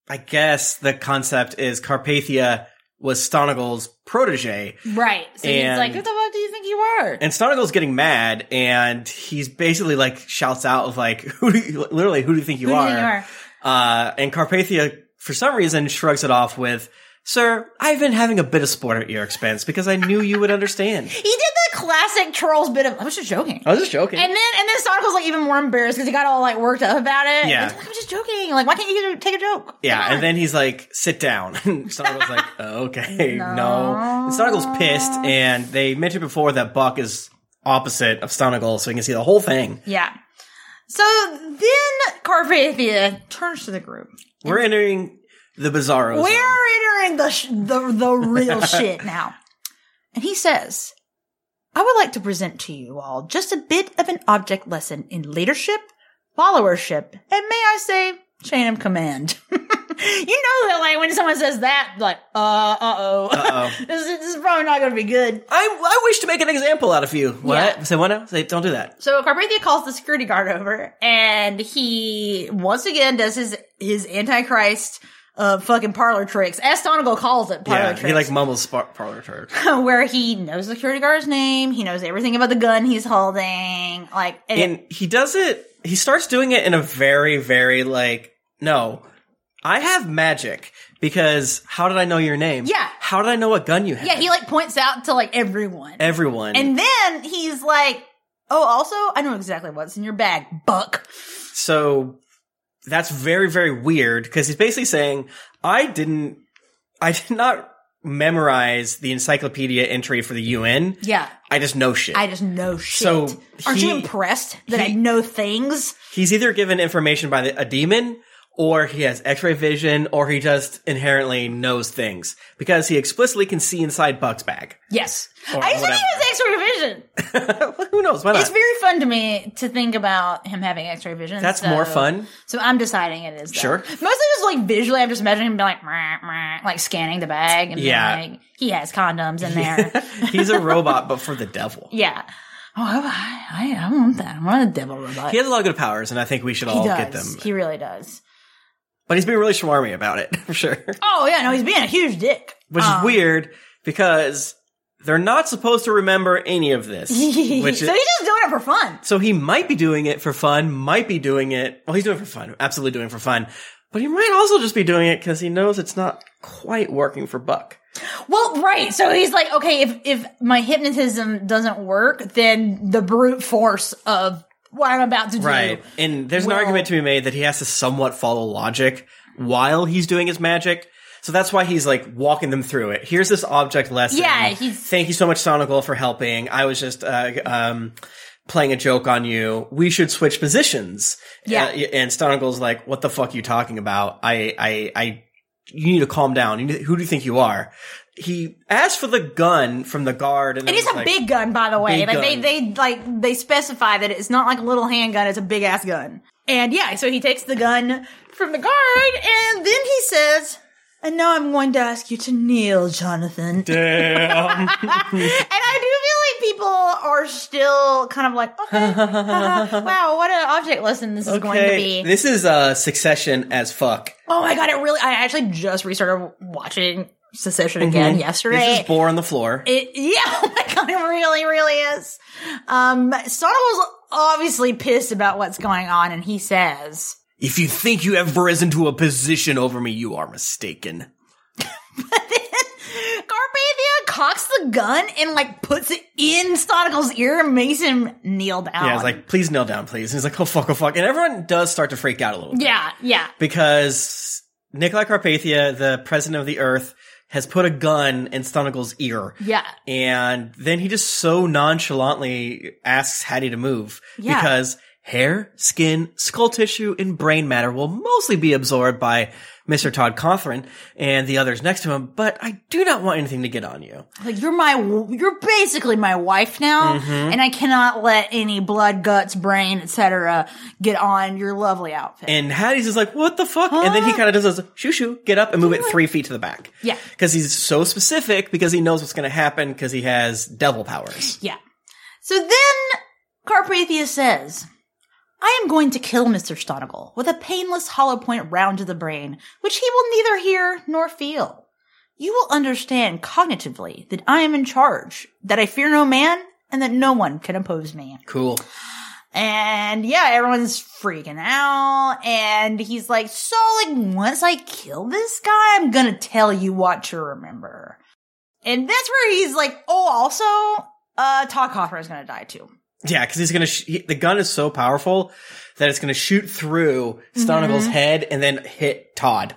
[SPEAKER 2] I guess the concept is Carpathia was Stonigal's
[SPEAKER 3] Mm-hmm.
[SPEAKER 2] protege.
[SPEAKER 3] Right. So
[SPEAKER 2] And-
[SPEAKER 3] he's like, "Who the fuck do you think you are?"
[SPEAKER 2] And Stonigal's getting mad and he's basically like shouts out of like, who do you, literally, who do you think you
[SPEAKER 3] Who do
[SPEAKER 2] are?
[SPEAKER 3] you think you are?
[SPEAKER 2] Uh, and Carpathia, for some reason, shrugs it off with, Sir, I've been having a bit of sport at your expense because I knew you would understand.
[SPEAKER 3] he did the classic trolls bit of, "I was just joking."
[SPEAKER 2] I was just joking.
[SPEAKER 3] And then and then Sonical's like even more embarrassed because he got all like worked up about it.
[SPEAKER 2] Yeah.
[SPEAKER 3] He's like, I'm just joking. Like, why can't you take a joke?
[SPEAKER 2] Yeah, and then he's like, sit down. And Sonical's like, "Oh, okay, no. And Sonical's pissed, and they mentioned before that Buck is opposite of Sonical, so you can see the whole thing.
[SPEAKER 3] Yeah. So then Carpathia turns to the group.
[SPEAKER 2] We're entering the bizarro
[SPEAKER 3] We're
[SPEAKER 2] zone.
[SPEAKER 3] entering the sh- the the real shit now. And he says, "I would like to present to you all just a bit of an object lesson in leadership, followership, and may I say, chain of command." you know that like when someone says that, like, uh, uh oh,
[SPEAKER 2] Uh-oh.
[SPEAKER 3] this, is- this is probably not going to be good.
[SPEAKER 2] I, I wish to make an example out of you. What?
[SPEAKER 3] Yeah.
[SPEAKER 2] Say what now? Say, don't do that.
[SPEAKER 3] So Carpathia calls the security guard over, and he once again does his his antichrist uh, fucking parlor tricks. As Sonical calls it parlor
[SPEAKER 2] yeah,
[SPEAKER 3] tricks,
[SPEAKER 2] he like mumbles spar- parlor turd.
[SPEAKER 3] where he knows the security guard's name, he knows everything about the gun he's holding, like and
[SPEAKER 2] and he does it, he starts doing it in a very, very like, no, I have magic because how did I know your name?
[SPEAKER 3] Yeah.
[SPEAKER 2] How did I know what gun you had?
[SPEAKER 3] yeah, he like points out to like everyone,
[SPEAKER 2] Everyone.
[SPEAKER 3] and then he's like, "Oh, also, I know exactly what's in your bag, Buck."
[SPEAKER 2] So that's very, very weird because he's basically saying, I didn't, I did not memorize the encyclopedia entry for the UN.
[SPEAKER 3] Yeah,
[SPEAKER 2] I just know shit.
[SPEAKER 3] I just know shit.
[SPEAKER 2] So
[SPEAKER 3] Aren't you
[SPEAKER 2] he-
[SPEAKER 3] impressed that
[SPEAKER 2] he-
[SPEAKER 3] I know things?
[SPEAKER 2] he's either given information by the, a demon or he has x-ray vision or he just inherently knows things because he explicitly can see inside Buck's bag.
[SPEAKER 3] Yes,
[SPEAKER 2] Or
[SPEAKER 3] I just think
[SPEAKER 2] whatever.
[SPEAKER 3] he has X-ray vision.
[SPEAKER 2] Who knows? Why not?
[SPEAKER 3] It's very fun to me to think about him having X-ray vision.
[SPEAKER 2] That's
[SPEAKER 3] so-
[SPEAKER 2] more fun.
[SPEAKER 3] So I'm deciding it is. though.
[SPEAKER 2] Sure.
[SPEAKER 3] Mostly just like visually, I'm just imagining him being like, "Meh, meh," like scanning the bag and
[SPEAKER 2] Yeah.
[SPEAKER 3] yeah. like, he has condoms in there.
[SPEAKER 2] he's a robot, but for the devil.
[SPEAKER 3] yeah. Oh, I, I, I want that. I want a devil robot.
[SPEAKER 2] He has a lot of good powers, and I think we should all
[SPEAKER 3] He does.
[SPEAKER 2] get them.
[SPEAKER 3] He really does.
[SPEAKER 2] But he's being really shawarmy about it, for sure.
[SPEAKER 3] Oh yeah, no, he's being a huge dick.
[SPEAKER 2] which is weird because they're not supposed to remember any of this. which
[SPEAKER 3] so
[SPEAKER 2] is,
[SPEAKER 3] he's just doing it for fun.
[SPEAKER 2] so he might be doing it for fun, might be doing it. Well, he's doing it for fun, absolutely doing it for fun. But he might also just be doing it because he knows it's not quite working for Buck.
[SPEAKER 3] Well, right. So he's like, okay, if if my hypnotism doesn't work, then the brute force of what I'm about to do
[SPEAKER 2] And there's
[SPEAKER 3] Well-
[SPEAKER 2] an argument to be made that he has to somewhat follow logic while he's doing his magic. So that's why he's like walking them through it. Here's this object lesson.
[SPEAKER 3] Yeah, he's-
[SPEAKER 2] Thank you so much, Sonical, for helping. I was just uh, um, playing a joke on you. We should switch positions.
[SPEAKER 3] Yeah.
[SPEAKER 2] Uh, and Sonical's like, "What the fuck are you talking about? I, I, I. You need to calm down. You need, who do you think you are?" He asked for the gun from the guard, and
[SPEAKER 3] It is a big gun, by the way.
[SPEAKER 2] big
[SPEAKER 3] Like they,
[SPEAKER 2] gun.
[SPEAKER 3] they like they specify that it's not like a little handgun; it's a big ass gun. And yeah, so he takes the gun from the guard, and then he says, "And now I'm going to ask you to kneel, Jonathan."
[SPEAKER 2] Damn.
[SPEAKER 3] and I do feel like people are still kind of like, okay, haha, wow, what an object lesson this is going to be.
[SPEAKER 2] This is uh, Succession as fuck.
[SPEAKER 3] oh my god, it really! I actually just restarted watching Secession again yesterday.
[SPEAKER 2] Mm-hmm. This is bore on the floor.
[SPEAKER 3] It, yeah, oh my god, it really, really is. Um, Sonic was obviously pissed about what's going on, and he says,
[SPEAKER 2] if you think you have risen to a position over me, you are mistaken.
[SPEAKER 3] Carpathia cocks the gun and like puts it in Sonical's ear and makes him kneel down.
[SPEAKER 2] Yeah, I was like, please kneel down, please. And he's like, oh fuck, oh fuck. And everyone does start to freak out a little bit.
[SPEAKER 3] yeah, yeah.
[SPEAKER 2] Because Nikolai Carpathia, the president of the Earth, has put a gun in Stonical's ear.
[SPEAKER 3] Yeah.
[SPEAKER 2] And then he just so nonchalantly asks Hattie to move
[SPEAKER 3] Yeah.
[SPEAKER 2] because hair, skin, skull tissue, and brain matter will mostly be absorbed by Mr. Todd Cothran and the others next to him, but I do not want anything to get on you.
[SPEAKER 3] Like you're my, you're basically my wife now,
[SPEAKER 2] Mm-hmm.
[SPEAKER 3] and I cannot let any blood, guts, brain, etc. get on your lovely outfit.
[SPEAKER 2] And Hattie's is like, what the fuck? And then he kind of does this shoo shoo, get up and move it three feet to the back.
[SPEAKER 3] Yeah.
[SPEAKER 2] Because he's so specific because he knows what's going to happen because he has devil powers.
[SPEAKER 3] yeah. So then Carpathia says, "I am going to kill Mister Stonegal with a painless hollow point round to the brain, which he will neither hear nor feel. You will understand cognitively that I am in charge, that I fear no man, and that no one can oppose me."
[SPEAKER 2] Cool.
[SPEAKER 3] And yeah, everyone's freaking out. And he's like, so like, once I kill this guy, I'm gonna tell you what to remember. And that's where he's like, oh, also, uh, Todd Cawthorn is gonna die too.
[SPEAKER 2] Yeah, because he's gonna. Sh- he, the gun is so powerful that it's gonna shoot through
[SPEAKER 3] Mm-hmm.
[SPEAKER 2] Stonegal's head and then hit Todd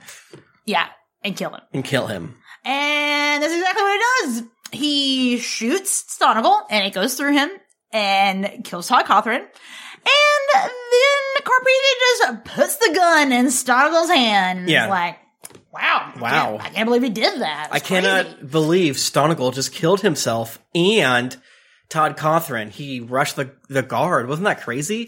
[SPEAKER 3] Yeah. And kill him.
[SPEAKER 2] and kill him.
[SPEAKER 3] And that's exactly what he does. He shoots Stonegal and it goes through him and kills Todd Cawthorn. And then Carpedia just puts the gun in Stonegal's hand. and is
[SPEAKER 2] Yeah.
[SPEAKER 3] like, wow. I
[SPEAKER 2] Wow.
[SPEAKER 3] can't- I can't, believe he did that.
[SPEAKER 2] I
[SPEAKER 3] It's
[SPEAKER 2] cannot
[SPEAKER 3] crazy.
[SPEAKER 2] believe Stonegal just killed himself and Todd Cothran. He rushed the the guard. Wasn't that crazy?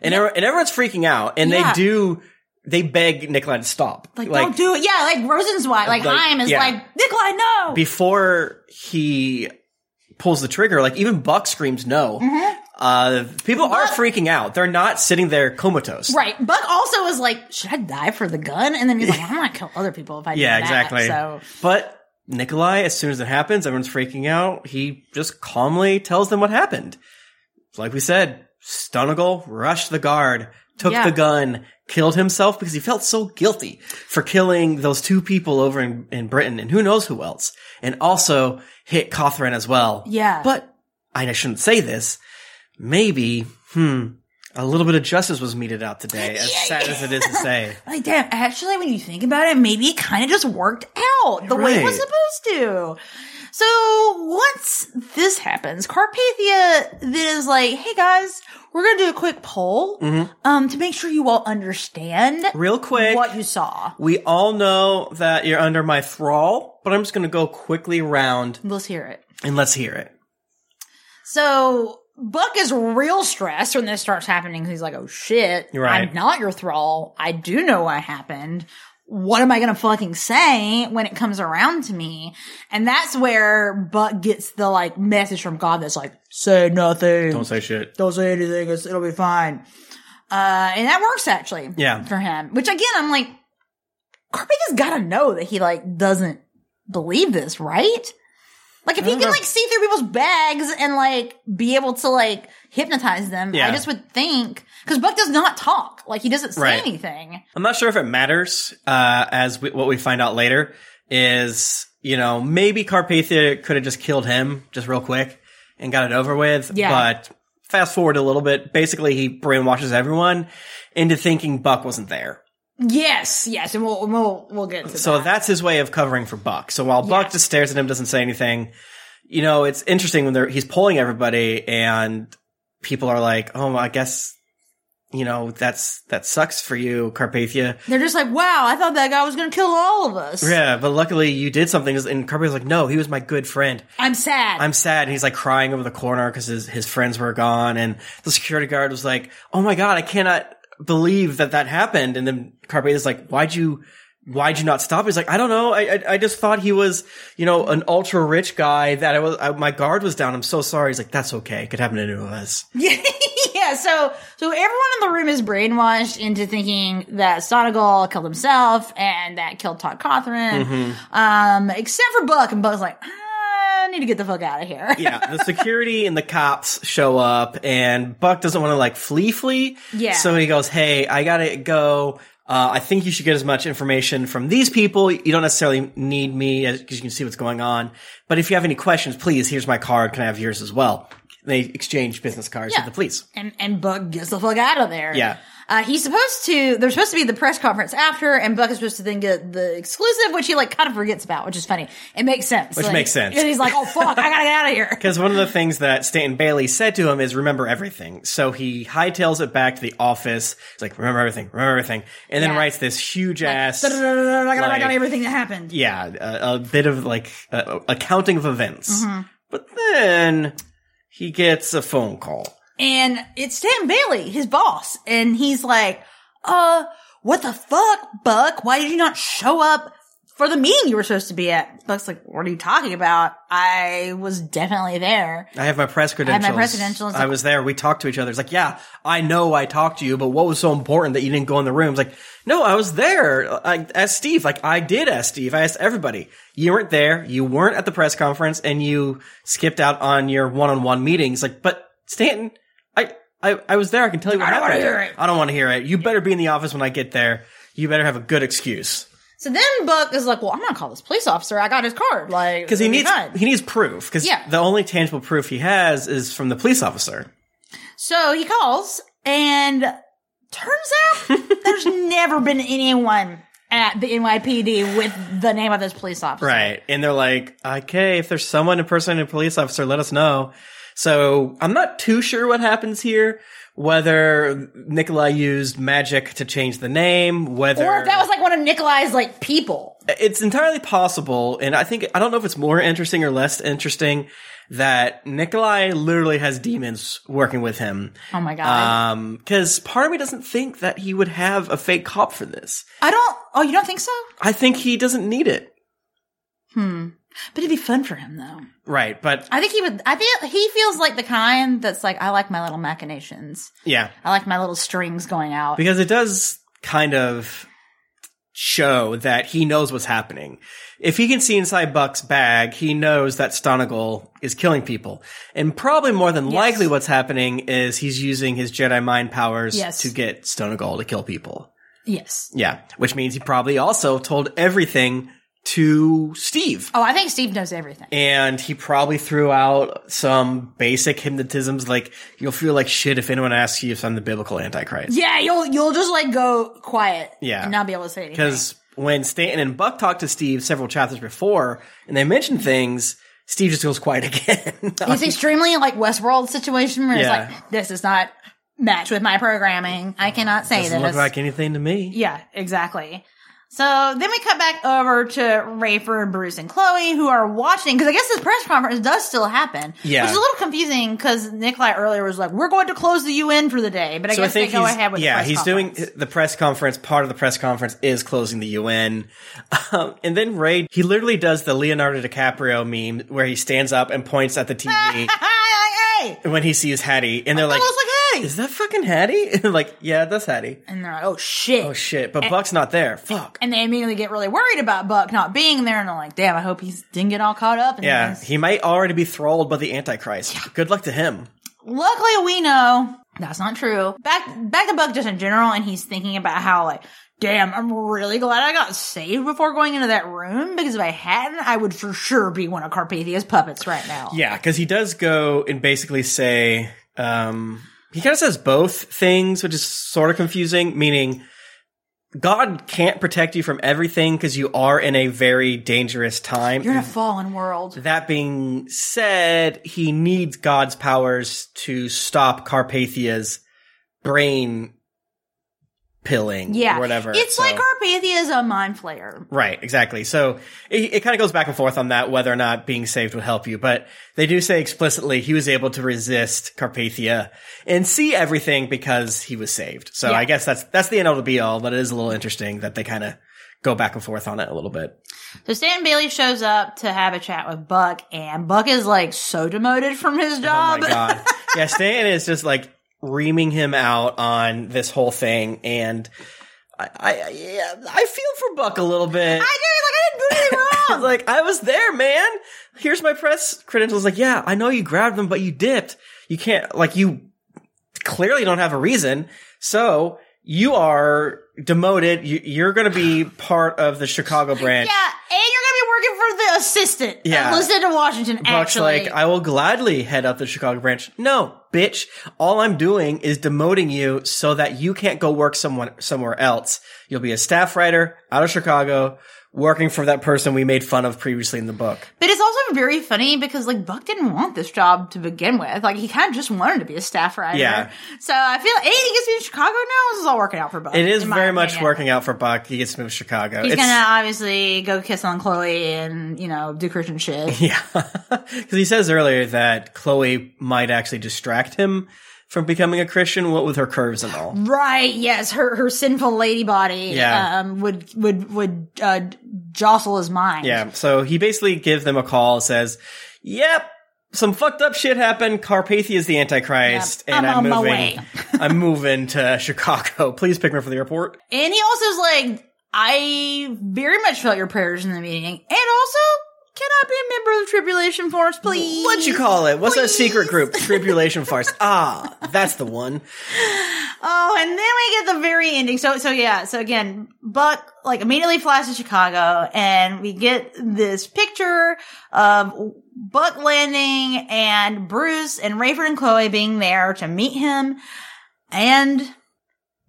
[SPEAKER 2] And every- and everyone's freaking out, and they
[SPEAKER 3] Yeah.
[SPEAKER 2] do. They beg Nikolai to stop.
[SPEAKER 3] Like, don't do it. Yeah, like Rosenzweig.
[SPEAKER 2] Like,
[SPEAKER 3] Like, Heim is
[SPEAKER 2] yeah.
[SPEAKER 3] like, Nikolai, no.
[SPEAKER 2] before he pulls the trigger, like even Buck screams no.
[SPEAKER 3] Mm-hmm.
[SPEAKER 2] Uh, people are freaking out. They're not sitting there comatose.
[SPEAKER 3] right. Buck also is like, should I die for the gun? And then he's like, I'm gonna kill other people if I do
[SPEAKER 2] Yeah,
[SPEAKER 3] that.
[SPEAKER 2] exactly.
[SPEAKER 3] So
[SPEAKER 2] But Nikolai, as soon as it happens, everyone's freaking out. He just calmly tells them what happened. Like we said, Stonegal rushed the guard, took
[SPEAKER 3] Yeah.
[SPEAKER 2] the gun, killed himself because he felt so guilty for killing those two people over in, in Britain and who knows who else. And also hit Cothran as well.
[SPEAKER 3] Yeah.
[SPEAKER 2] But I shouldn't say this. Maybe, hmm, a little bit of justice was meted out today, as sad as it is to say.
[SPEAKER 3] like, damn, actually, when you think about it, maybe it kind of just worked out the way it was
[SPEAKER 2] Right.
[SPEAKER 3] supposed to. So once this happens, Carpathia then is like, hey guys, we're gonna do a quick poll um, to make sure you all understand
[SPEAKER 2] Mm-hmm. Real quick.
[SPEAKER 3] what you saw.
[SPEAKER 2] We all know that you're under my thrall, but I'm just going to go quickly round
[SPEAKER 3] Let's hear it.
[SPEAKER 2] and let's hear it.
[SPEAKER 3] So Buck is real stressed when this starts happening. He's like, "Oh shit,
[SPEAKER 2] You're right.
[SPEAKER 3] I'm not your thrall. I do know what happened. What am I gonna fucking say when it comes around to me?" And that's where Buck gets the like message from God that's like, "Say nothing. Don't say,
[SPEAKER 2] shit.
[SPEAKER 3] anything. It's, it'll be fine." Uh, and that works actually.
[SPEAKER 2] Yeah.
[SPEAKER 3] for him. Which again, I'm like, Carpenter's gotta know that he like doesn't believe this, right? Like if he can like see through people's bags and like be able to like hypnotize them, I
[SPEAKER 2] Yeah.
[SPEAKER 3] just would think because Buck does not talk. Like he doesn't say
[SPEAKER 2] Right.
[SPEAKER 3] anything.
[SPEAKER 2] I'm not sure if it matters, uh, as we, what we find out later is, you know, maybe Carpathia could have just killed him just real quick and got it over with.
[SPEAKER 3] Yeah.
[SPEAKER 2] But fast forward a little bit. Basically, he brainwashes everyone into thinking Buck wasn't there.
[SPEAKER 3] Yes, yes, and we'll we'll we'll get to
[SPEAKER 2] So
[SPEAKER 3] that.
[SPEAKER 2] that's his way of covering for Buck. So while Buck just stares at him, doesn't say anything, you know, it's interesting when they're, he's polling everybody and people are like, oh, I guess, you know, that's, that sucks for you, Carpathia.
[SPEAKER 3] They're just like, wow, I thought that guy was gonna kill all of us.
[SPEAKER 2] Yeah, but luckily you did something. And Carpathia's like, no, he was my good friend.
[SPEAKER 3] I'm sad.
[SPEAKER 2] I'm sad. And he's like crying over the corner because his, his friends were gone. And the security guard was like, Oh my God, I cannot believe that that happened. And then Carpathia's like, Why'd you, why'd you not stop? He's like, I don't know. I, I, I just thought he was, you know, an ultra rich guy that I was, I, my guard was down. I'm so sorry. He's like, That's okay. It could happen to any of us.
[SPEAKER 3] yeah, so so everyone in the room is brainwashed into thinking that Sonagal killed himself and that killed Todd Cawthron,
[SPEAKER 2] Mm-hmm.
[SPEAKER 3] um, except for Buck, and Buck's like, I need to get the fuck out of here.
[SPEAKER 2] yeah, the security and the cops show up, and Buck doesn't want to like flee, flee.
[SPEAKER 3] Yeah.
[SPEAKER 2] So he goes, "Hey, I gotta go. Uh, I think you should get as much information from these people. You don't necessarily need me because you can see what's going on. But if you have any questions, please. Here's my card. Can I have yours as well?" They exchange business cards
[SPEAKER 3] Yeah.
[SPEAKER 2] with the police.
[SPEAKER 3] And and Buck gets the fuck out of there.
[SPEAKER 2] Yeah.
[SPEAKER 3] Uh, he's supposed to. There's supposed to be the press conference after, and Buck is supposed to then get the exclusive, which he like kind of forgets about, which is funny. It makes sense.
[SPEAKER 2] Which
[SPEAKER 3] Like,
[SPEAKER 2] makes sense.
[SPEAKER 3] And he's like, "Oh fuck, I gotta get out of here."
[SPEAKER 2] Because one of the things that Stanton Bailey said to him is remember everything. So he hightails it back to the office. He's like, remember everything, remember everything. And then
[SPEAKER 3] Yeah.
[SPEAKER 2] writes this huge ass.
[SPEAKER 4] I gotta write down
[SPEAKER 2] like,
[SPEAKER 4] everything that happened.
[SPEAKER 2] yeah, a, a bit of like a, a counting of events. But then he gets a phone call.
[SPEAKER 3] and it's Stan Bailey, his boss, and he's like, "Uh, what the fuck, Buck? Why did you not show up for the meeting you were supposed to be at?" Buck's like, "What are you talking about? I was definitely there."
[SPEAKER 2] I have my press credentials.
[SPEAKER 3] press credentials.
[SPEAKER 2] I was there. We talked to each other. It's like, yeah, I know I talked to you, but what was so important that you didn't go in the room? It's like, no, I was there. I asked Steve. Like, I did ask Steve. I asked everybody. You weren't there. You weren't at the press conference and you skipped out on your one-on-one meetings. Like, but Stanton, I, I, I was there. I can tell you what I happened. Don't I don't want to hear it. You better be in the office when I get there. You better have a good excuse.
[SPEAKER 3] So then Buck is like, "Well, I'm gonna call this police officer. I got his card." Like,
[SPEAKER 2] Because he
[SPEAKER 3] it'll be
[SPEAKER 2] needs
[SPEAKER 3] fine.
[SPEAKER 2] he needs proof. Because
[SPEAKER 3] Yeah.
[SPEAKER 2] the only tangible proof he has is from the police officer.
[SPEAKER 3] So he calls, and turns out there's never been anyone at the NYPD with the name of this police officer.
[SPEAKER 2] Right. And they're like, okay, if there's someone impersonating a police officer, let us know. So I'm not too sure what happens here. Whether Nikolai used magic to change the name, whether
[SPEAKER 3] Or if that was like one of Nikolai's like people. Oh
[SPEAKER 2] it's entirely possible, and I think I don't know if it's more interesting or less interesting that Nikolai literally has demons working with him.
[SPEAKER 3] Oh my god.
[SPEAKER 2] because part of me doesn't think that he would have a fake cop for this.
[SPEAKER 3] I don't. Oh, you don't think so?
[SPEAKER 2] I think he doesn't need it.
[SPEAKER 3] But it'd be fun for him though.
[SPEAKER 2] Right, but
[SPEAKER 3] I think he would. I think he feels like the kind that's like, I like my little machinations.
[SPEAKER 2] yeah.
[SPEAKER 3] I like my little strings going out.
[SPEAKER 2] because it does kind of show that he knows what's happening. If he can see inside Buck's bag, he knows that Stonegal is killing people. And probably more than likely what's happening is he's using his Jedi mind powers
[SPEAKER 3] Yes.
[SPEAKER 2] to get Stonegal to kill people.
[SPEAKER 3] yes.
[SPEAKER 2] Yeah, which means he probably also told everything to Steve.
[SPEAKER 3] Oh, I think Steve knows everything.
[SPEAKER 2] And he probably threw out some basic hypnotisms like you'll feel like shit if anyone asks you if I'm the biblical antichrist.
[SPEAKER 3] yeah, you'll you'll just like go quiet.
[SPEAKER 2] Yeah.
[SPEAKER 3] And not be able to say anything.
[SPEAKER 2] Because when Stanton and Buck talked to Steve several chapters before, and they mentioned things, Steve just goes quiet again.
[SPEAKER 3] He's extremely like Westworld situation where
[SPEAKER 2] Yeah.
[SPEAKER 3] it's like, this is not match with my programming. I cannot say
[SPEAKER 2] Doesn't
[SPEAKER 3] this.
[SPEAKER 2] look like anything to me.
[SPEAKER 3] Yeah, exactly. So then we cut back over to Rayford, Bruce, and Chloe, who are watching because I guess this press conference does still happen.
[SPEAKER 2] Yeah.
[SPEAKER 3] which is a little confusing because Nikolai earlier was like, "We're going to close the UN for the day," but I
[SPEAKER 2] So I
[SPEAKER 3] guess
[SPEAKER 2] think
[SPEAKER 3] they go
[SPEAKER 2] he's-
[SPEAKER 3] ahead with
[SPEAKER 2] yeah,
[SPEAKER 3] The press
[SPEAKER 2] he's
[SPEAKER 3] conference.
[SPEAKER 2] doing the press conference. Part of the press conference is closing the UN, um, and then Ray he literally does the Leonardo DiCaprio meme where he stands up and points at the TV
[SPEAKER 3] Hey, hey, hey!
[SPEAKER 2] when he sees Hattie, and they're like,
[SPEAKER 3] looks like Hattie.
[SPEAKER 2] "Is that fucking Hattie?" And like, yeah, that's Hattie.
[SPEAKER 3] And they're like, "Oh shit!"
[SPEAKER 2] Oh shit! But Buck's not there. Fuck.
[SPEAKER 3] And they immediately get really worried about Buck not being there, and they're like, "Damn, I hope he didn't get all caught up." In
[SPEAKER 2] Yeah,
[SPEAKER 3] this."
[SPEAKER 2] he might already be thralled by the Antichrist. Good luck to him.
[SPEAKER 3] Luckily, we know that's not true. Back back to Buck just in general, and he's thinking about how like, damn, I'm really glad I got saved before going into that room because if I hadn't, I would for sure be one of Carpathia's puppets right now.
[SPEAKER 2] Yeah, because he does go and basically say um, he kind of says both things, which is sort of confusing. Meaning, God can't protect you from everything because you are in a very dangerous time.
[SPEAKER 3] You're in a fallen world.
[SPEAKER 2] that being said, he needs God's powers to stop Carpathia's brain pilling,
[SPEAKER 3] Yeah,
[SPEAKER 2] or whatever.
[SPEAKER 3] It's
[SPEAKER 2] so-
[SPEAKER 3] like Carpathia is a mind flayer.
[SPEAKER 2] Right, exactly. So it, it kind of goes back and forth on that, whether or not being saved would help you. But they do say explicitly he was able to resist Carpathia and see everything because he was saved. So I guess that's that's the end all to be all, but it is a little interesting that they kind of go back and forth on it a little bit.
[SPEAKER 3] So Stan Bailey shows up to have a chat with Buck, and Buck is like so demoted from his
[SPEAKER 2] Oh my
[SPEAKER 3] job.
[SPEAKER 2] god. yeah, Stan is just like reaming him out on this whole thing and I, I, yeah, I feel for Buck a little bit.
[SPEAKER 3] I knew like I didn't do anything wrong.
[SPEAKER 2] It's like, I was there, man. Here's my press credentials. Like, yeah, I know you grabbed them, but you dipped. You can't, like, you clearly don't have a reason. So you are demoted. You, you're going to be part of the Chicago branch.
[SPEAKER 3] Yeah, and you're gonna be
[SPEAKER 4] working for the assistant.
[SPEAKER 2] Yeah.
[SPEAKER 4] Listen to Washington,
[SPEAKER 2] Buck's
[SPEAKER 4] actually.
[SPEAKER 2] like, I will gladly head up the Chicago branch. No, bitch. All I'm doing is demoting you so that you can't go work someone somewhere else. You'll be a staff writer out of Chicago, working for that person we made fun of previously in the book.
[SPEAKER 3] But it's also very funny because like Buck didn't want this job to begin with. Like he kind of just wanted to be a staff writer.
[SPEAKER 2] Yeah.
[SPEAKER 3] So I feel anything gets me in Chicago now. This is all working out for Buck.
[SPEAKER 2] It is
[SPEAKER 3] in my
[SPEAKER 2] very much
[SPEAKER 3] opinion.
[SPEAKER 2] working out for Buck. He gets to move to Chicago.
[SPEAKER 3] He's
[SPEAKER 2] It's-
[SPEAKER 3] gonna obviously go kiss on Chloe and you know do Christian shit.
[SPEAKER 2] Yeah. Because he says earlier that Chloe might actually distract him from becoming a Christian, what with her curves and all.
[SPEAKER 3] Right. Yes. Her her sinful lady body.
[SPEAKER 2] Yeah.
[SPEAKER 3] Um. Would would would uh, jostle his mind.
[SPEAKER 2] Yeah. So he basically gives them a call, says, Yep, some fucked up shit happened. Carpathia is the Antichrist,
[SPEAKER 3] Yep,
[SPEAKER 2] and
[SPEAKER 3] I'm
[SPEAKER 2] I'm,
[SPEAKER 3] on my
[SPEAKER 2] moving.
[SPEAKER 3] way."
[SPEAKER 2] I'm moving to Chicago. Please pick me for the airport.
[SPEAKER 3] And he also is like, I very much felt your prayers in the meeting, and also. Can I be a member of the Tribulation Force, please?
[SPEAKER 2] What'd you call it? What's that secret group? Tribulation farce. Ah, that's the one.
[SPEAKER 3] Oh, and then we get the very ending. So, so yeah. So again, Buck like immediately flies to Chicago, and we get this picture of Buck landing and Bruce and Rayford and Chloe being there to meet him, and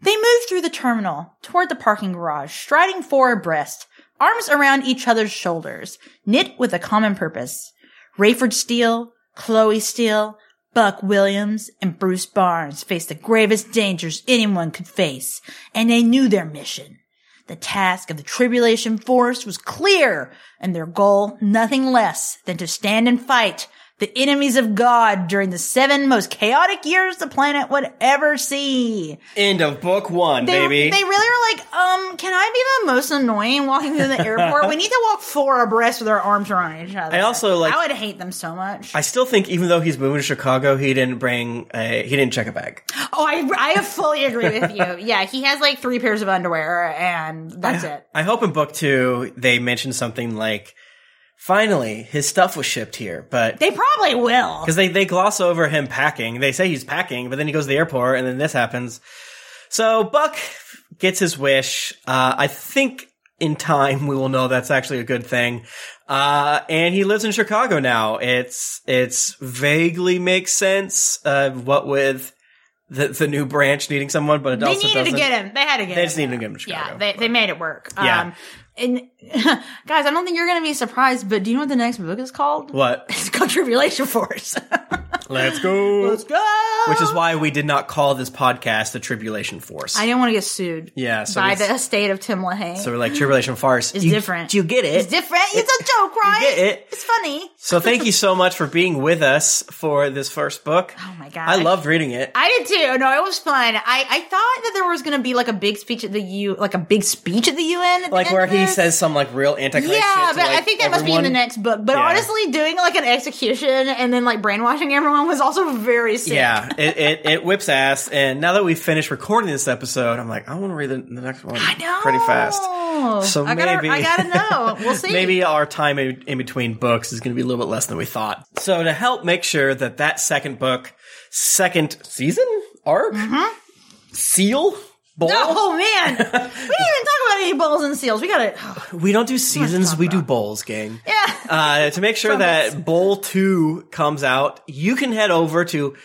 [SPEAKER 3] they move through the terminal toward the parking garage, striding four abreast, arms around each other's shoulders, knit with a common purpose. Rayford Steele, Chloe Steele, Buck Williams, and Bruce Barnes faced the gravest dangers anyone could face, and they knew their mission. The task of the Tribulation Force was clear, and their goal nothing less than to stand and fight the enemies of God during the seven most chaotic years the planet would ever see
[SPEAKER 2] End of book one,
[SPEAKER 3] they,
[SPEAKER 2] baby.
[SPEAKER 3] They really are like, um, can I be the most annoying walking through the airport? we need to walk four abreast with our arms around each other.
[SPEAKER 2] I also, like-
[SPEAKER 3] I would hate them so much.
[SPEAKER 2] I still think even though he's moving to Chicago, he didn't bring a, he didn't check a bag.
[SPEAKER 3] oh, I, I fully agree with you. Yeah, he has like three pairs of underwear, and that's it.
[SPEAKER 2] I hope in book two they mention something like, finally, his stuff was shipped here, but
[SPEAKER 3] They probably will.
[SPEAKER 2] because they, they gloss over him packing. They say he's packing, but then he goes to the airport and then this happens. So Buck gets his wish. Uh, I think in time we will know that's actually a good thing. Uh, and he lives in Chicago now. It's, it's vaguely makes sense, uh, what with the, the new branch needing someone, but it
[SPEAKER 3] They
[SPEAKER 2] also
[SPEAKER 3] needed to
[SPEAKER 2] doesn't-
[SPEAKER 3] get him. They had to get him.
[SPEAKER 2] They just needed to get him to Chicago.
[SPEAKER 3] Yeah, they, they made it work.
[SPEAKER 2] Yeah.
[SPEAKER 3] Um, and guys, I don't think you're going to be surprised, but do you know what the next book is called?
[SPEAKER 2] what?
[SPEAKER 3] It's called Tribulation Force.
[SPEAKER 2] Let's go.
[SPEAKER 3] Let's go.
[SPEAKER 2] Which is why we did not call this podcast the Tribulation Force.
[SPEAKER 3] I didn't want to get sued.
[SPEAKER 2] Yeah, so
[SPEAKER 3] by
[SPEAKER 2] it's-
[SPEAKER 3] the estate of Tim LaHaye.
[SPEAKER 2] so we're like Tribulation Farce.
[SPEAKER 3] It's
[SPEAKER 2] You-
[SPEAKER 3] different.
[SPEAKER 2] do You get it.
[SPEAKER 3] It's different. It's a joke, right?
[SPEAKER 2] get it.
[SPEAKER 3] It's funny.
[SPEAKER 2] So thank you so much for being with us for this first book. Oh
[SPEAKER 3] my gosh.
[SPEAKER 2] I loved reading it.
[SPEAKER 3] I did too. No, it was fun. I, I thought that there was going to be like a big speech at the U, like a big speech at the UN, at the
[SPEAKER 2] like
[SPEAKER 3] end
[SPEAKER 2] where
[SPEAKER 3] of
[SPEAKER 2] he
[SPEAKER 3] this.
[SPEAKER 2] says some like real antichrist shit.
[SPEAKER 3] Yeah,
[SPEAKER 2] to,
[SPEAKER 3] but I
[SPEAKER 2] like,
[SPEAKER 3] think that must be in the
[SPEAKER 2] everyone.
[SPEAKER 3] next book. But
[SPEAKER 2] Yeah.
[SPEAKER 3] honestly, doing like an execution and then like brainwashing everyone was also very sick.
[SPEAKER 2] Yeah, it, it, it whips ass. And now that we've finished recording this episode, I'm like, I want to read the, the next one I
[SPEAKER 3] know.
[SPEAKER 2] pretty fast. So
[SPEAKER 3] I gotta-
[SPEAKER 2] maybe
[SPEAKER 3] I gotta know. We'll see.
[SPEAKER 2] maybe our time in, in between books is going to be a little bit less than we thought. So to help make sure that that second book, second season arc,
[SPEAKER 3] Mm-hmm.
[SPEAKER 2] seal. Bowl?
[SPEAKER 3] Oh man, we didn't even talk about any bowls and seals. We gotta.
[SPEAKER 2] We don't do seasons, we do bowls, gang.
[SPEAKER 3] Yeah.
[SPEAKER 2] Uh, to make sure that Bowl 2 comes out, you can head over to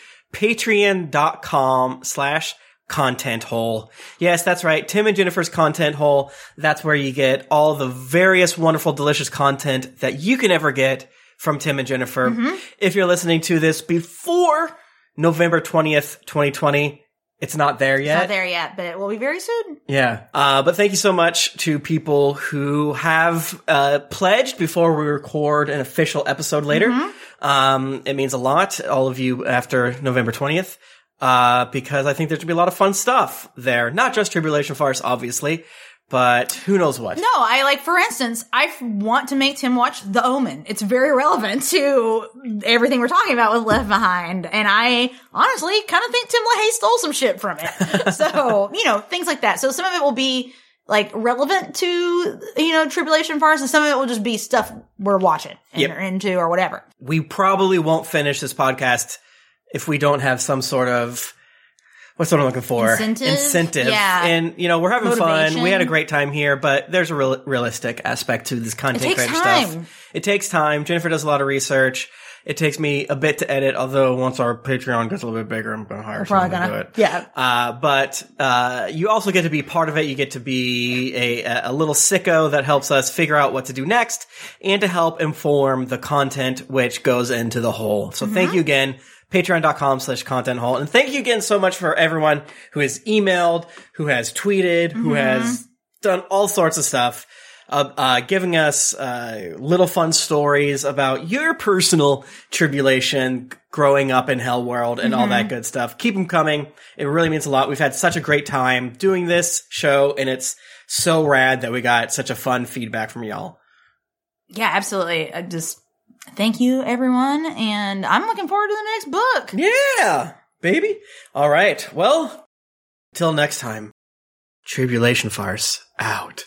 [SPEAKER 2] patreon.com slash content hole. Yes, that's right. Tim and Jennifer's content hole. That's where you get all the various wonderful, delicious content that you can ever get from Tim and Jennifer.
[SPEAKER 3] Mm-hmm.
[SPEAKER 2] If you're listening to this before November 20th, 2020, it's not there yet.
[SPEAKER 3] Not there yet, but it will be very soon.
[SPEAKER 2] Yeah. Uh, but thank you so much to people who have uh, pledged before we record an official episode later. Um, it means a lot, all of you after November 20th, uh, because I think there's going to be a lot of fun stuff there. Not just Tribulation Farce, obviously, but who knows what.
[SPEAKER 3] No, I like, for instance, I f- want to make Tim watch The Omen. It's very relevant to everything we're talking about with Left Behind. And I honestly kind of think Tim LaHaye stole some shit from it. so, you know, things like that. So some of it will be like relevant to, you know, Tribulation Farce and some of it will just be stuff we're watching and
[SPEAKER 2] Yep.
[SPEAKER 3] are into or whatever.
[SPEAKER 2] We probably won't finish this podcast if we don't have some sort of what's what I'm looking for?
[SPEAKER 3] Incentive?
[SPEAKER 2] Incentive.
[SPEAKER 3] Yeah.
[SPEAKER 2] And you know, we're having fun. We
[SPEAKER 3] Motivation.
[SPEAKER 2] had a great time here, but there's a real, realistic aspect to this content
[SPEAKER 3] takes
[SPEAKER 2] creator
[SPEAKER 3] time.
[SPEAKER 2] stuff. It takes time. Jennifer does a lot of research. It takes me a bit to edit, although once our Patreon gets a little bit bigger, I'm going to hire someone
[SPEAKER 4] probably
[SPEAKER 2] to do
[SPEAKER 4] gonna-
[SPEAKER 2] it.
[SPEAKER 4] yeah.
[SPEAKER 2] Uh, but uh, you also get to be part of it. You get to be a, a little sicko that helps us figure out what to do next and to help inform the content which goes into the whole. So thank you again, patreon.com slash content hall. And thank you again so much for everyone who has emailed, who has tweeted, who has done all sorts of stuff. Uh, uh, giving us uh, little fun stories about your personal tribulation growing up in Hell World and all that good stuff. Keep them coming. It really means a lot. We've had such a great time doing this show, and it's so rad that we got such a fun feedback from y'all.
[SPEAKER 3] Yeah, absolutely. I just thank you, everyone, and I'm looking forward to the next book.
[SPEAKER 2] Yeah, baby. All right. Well, till next time, Tribulation Farce out.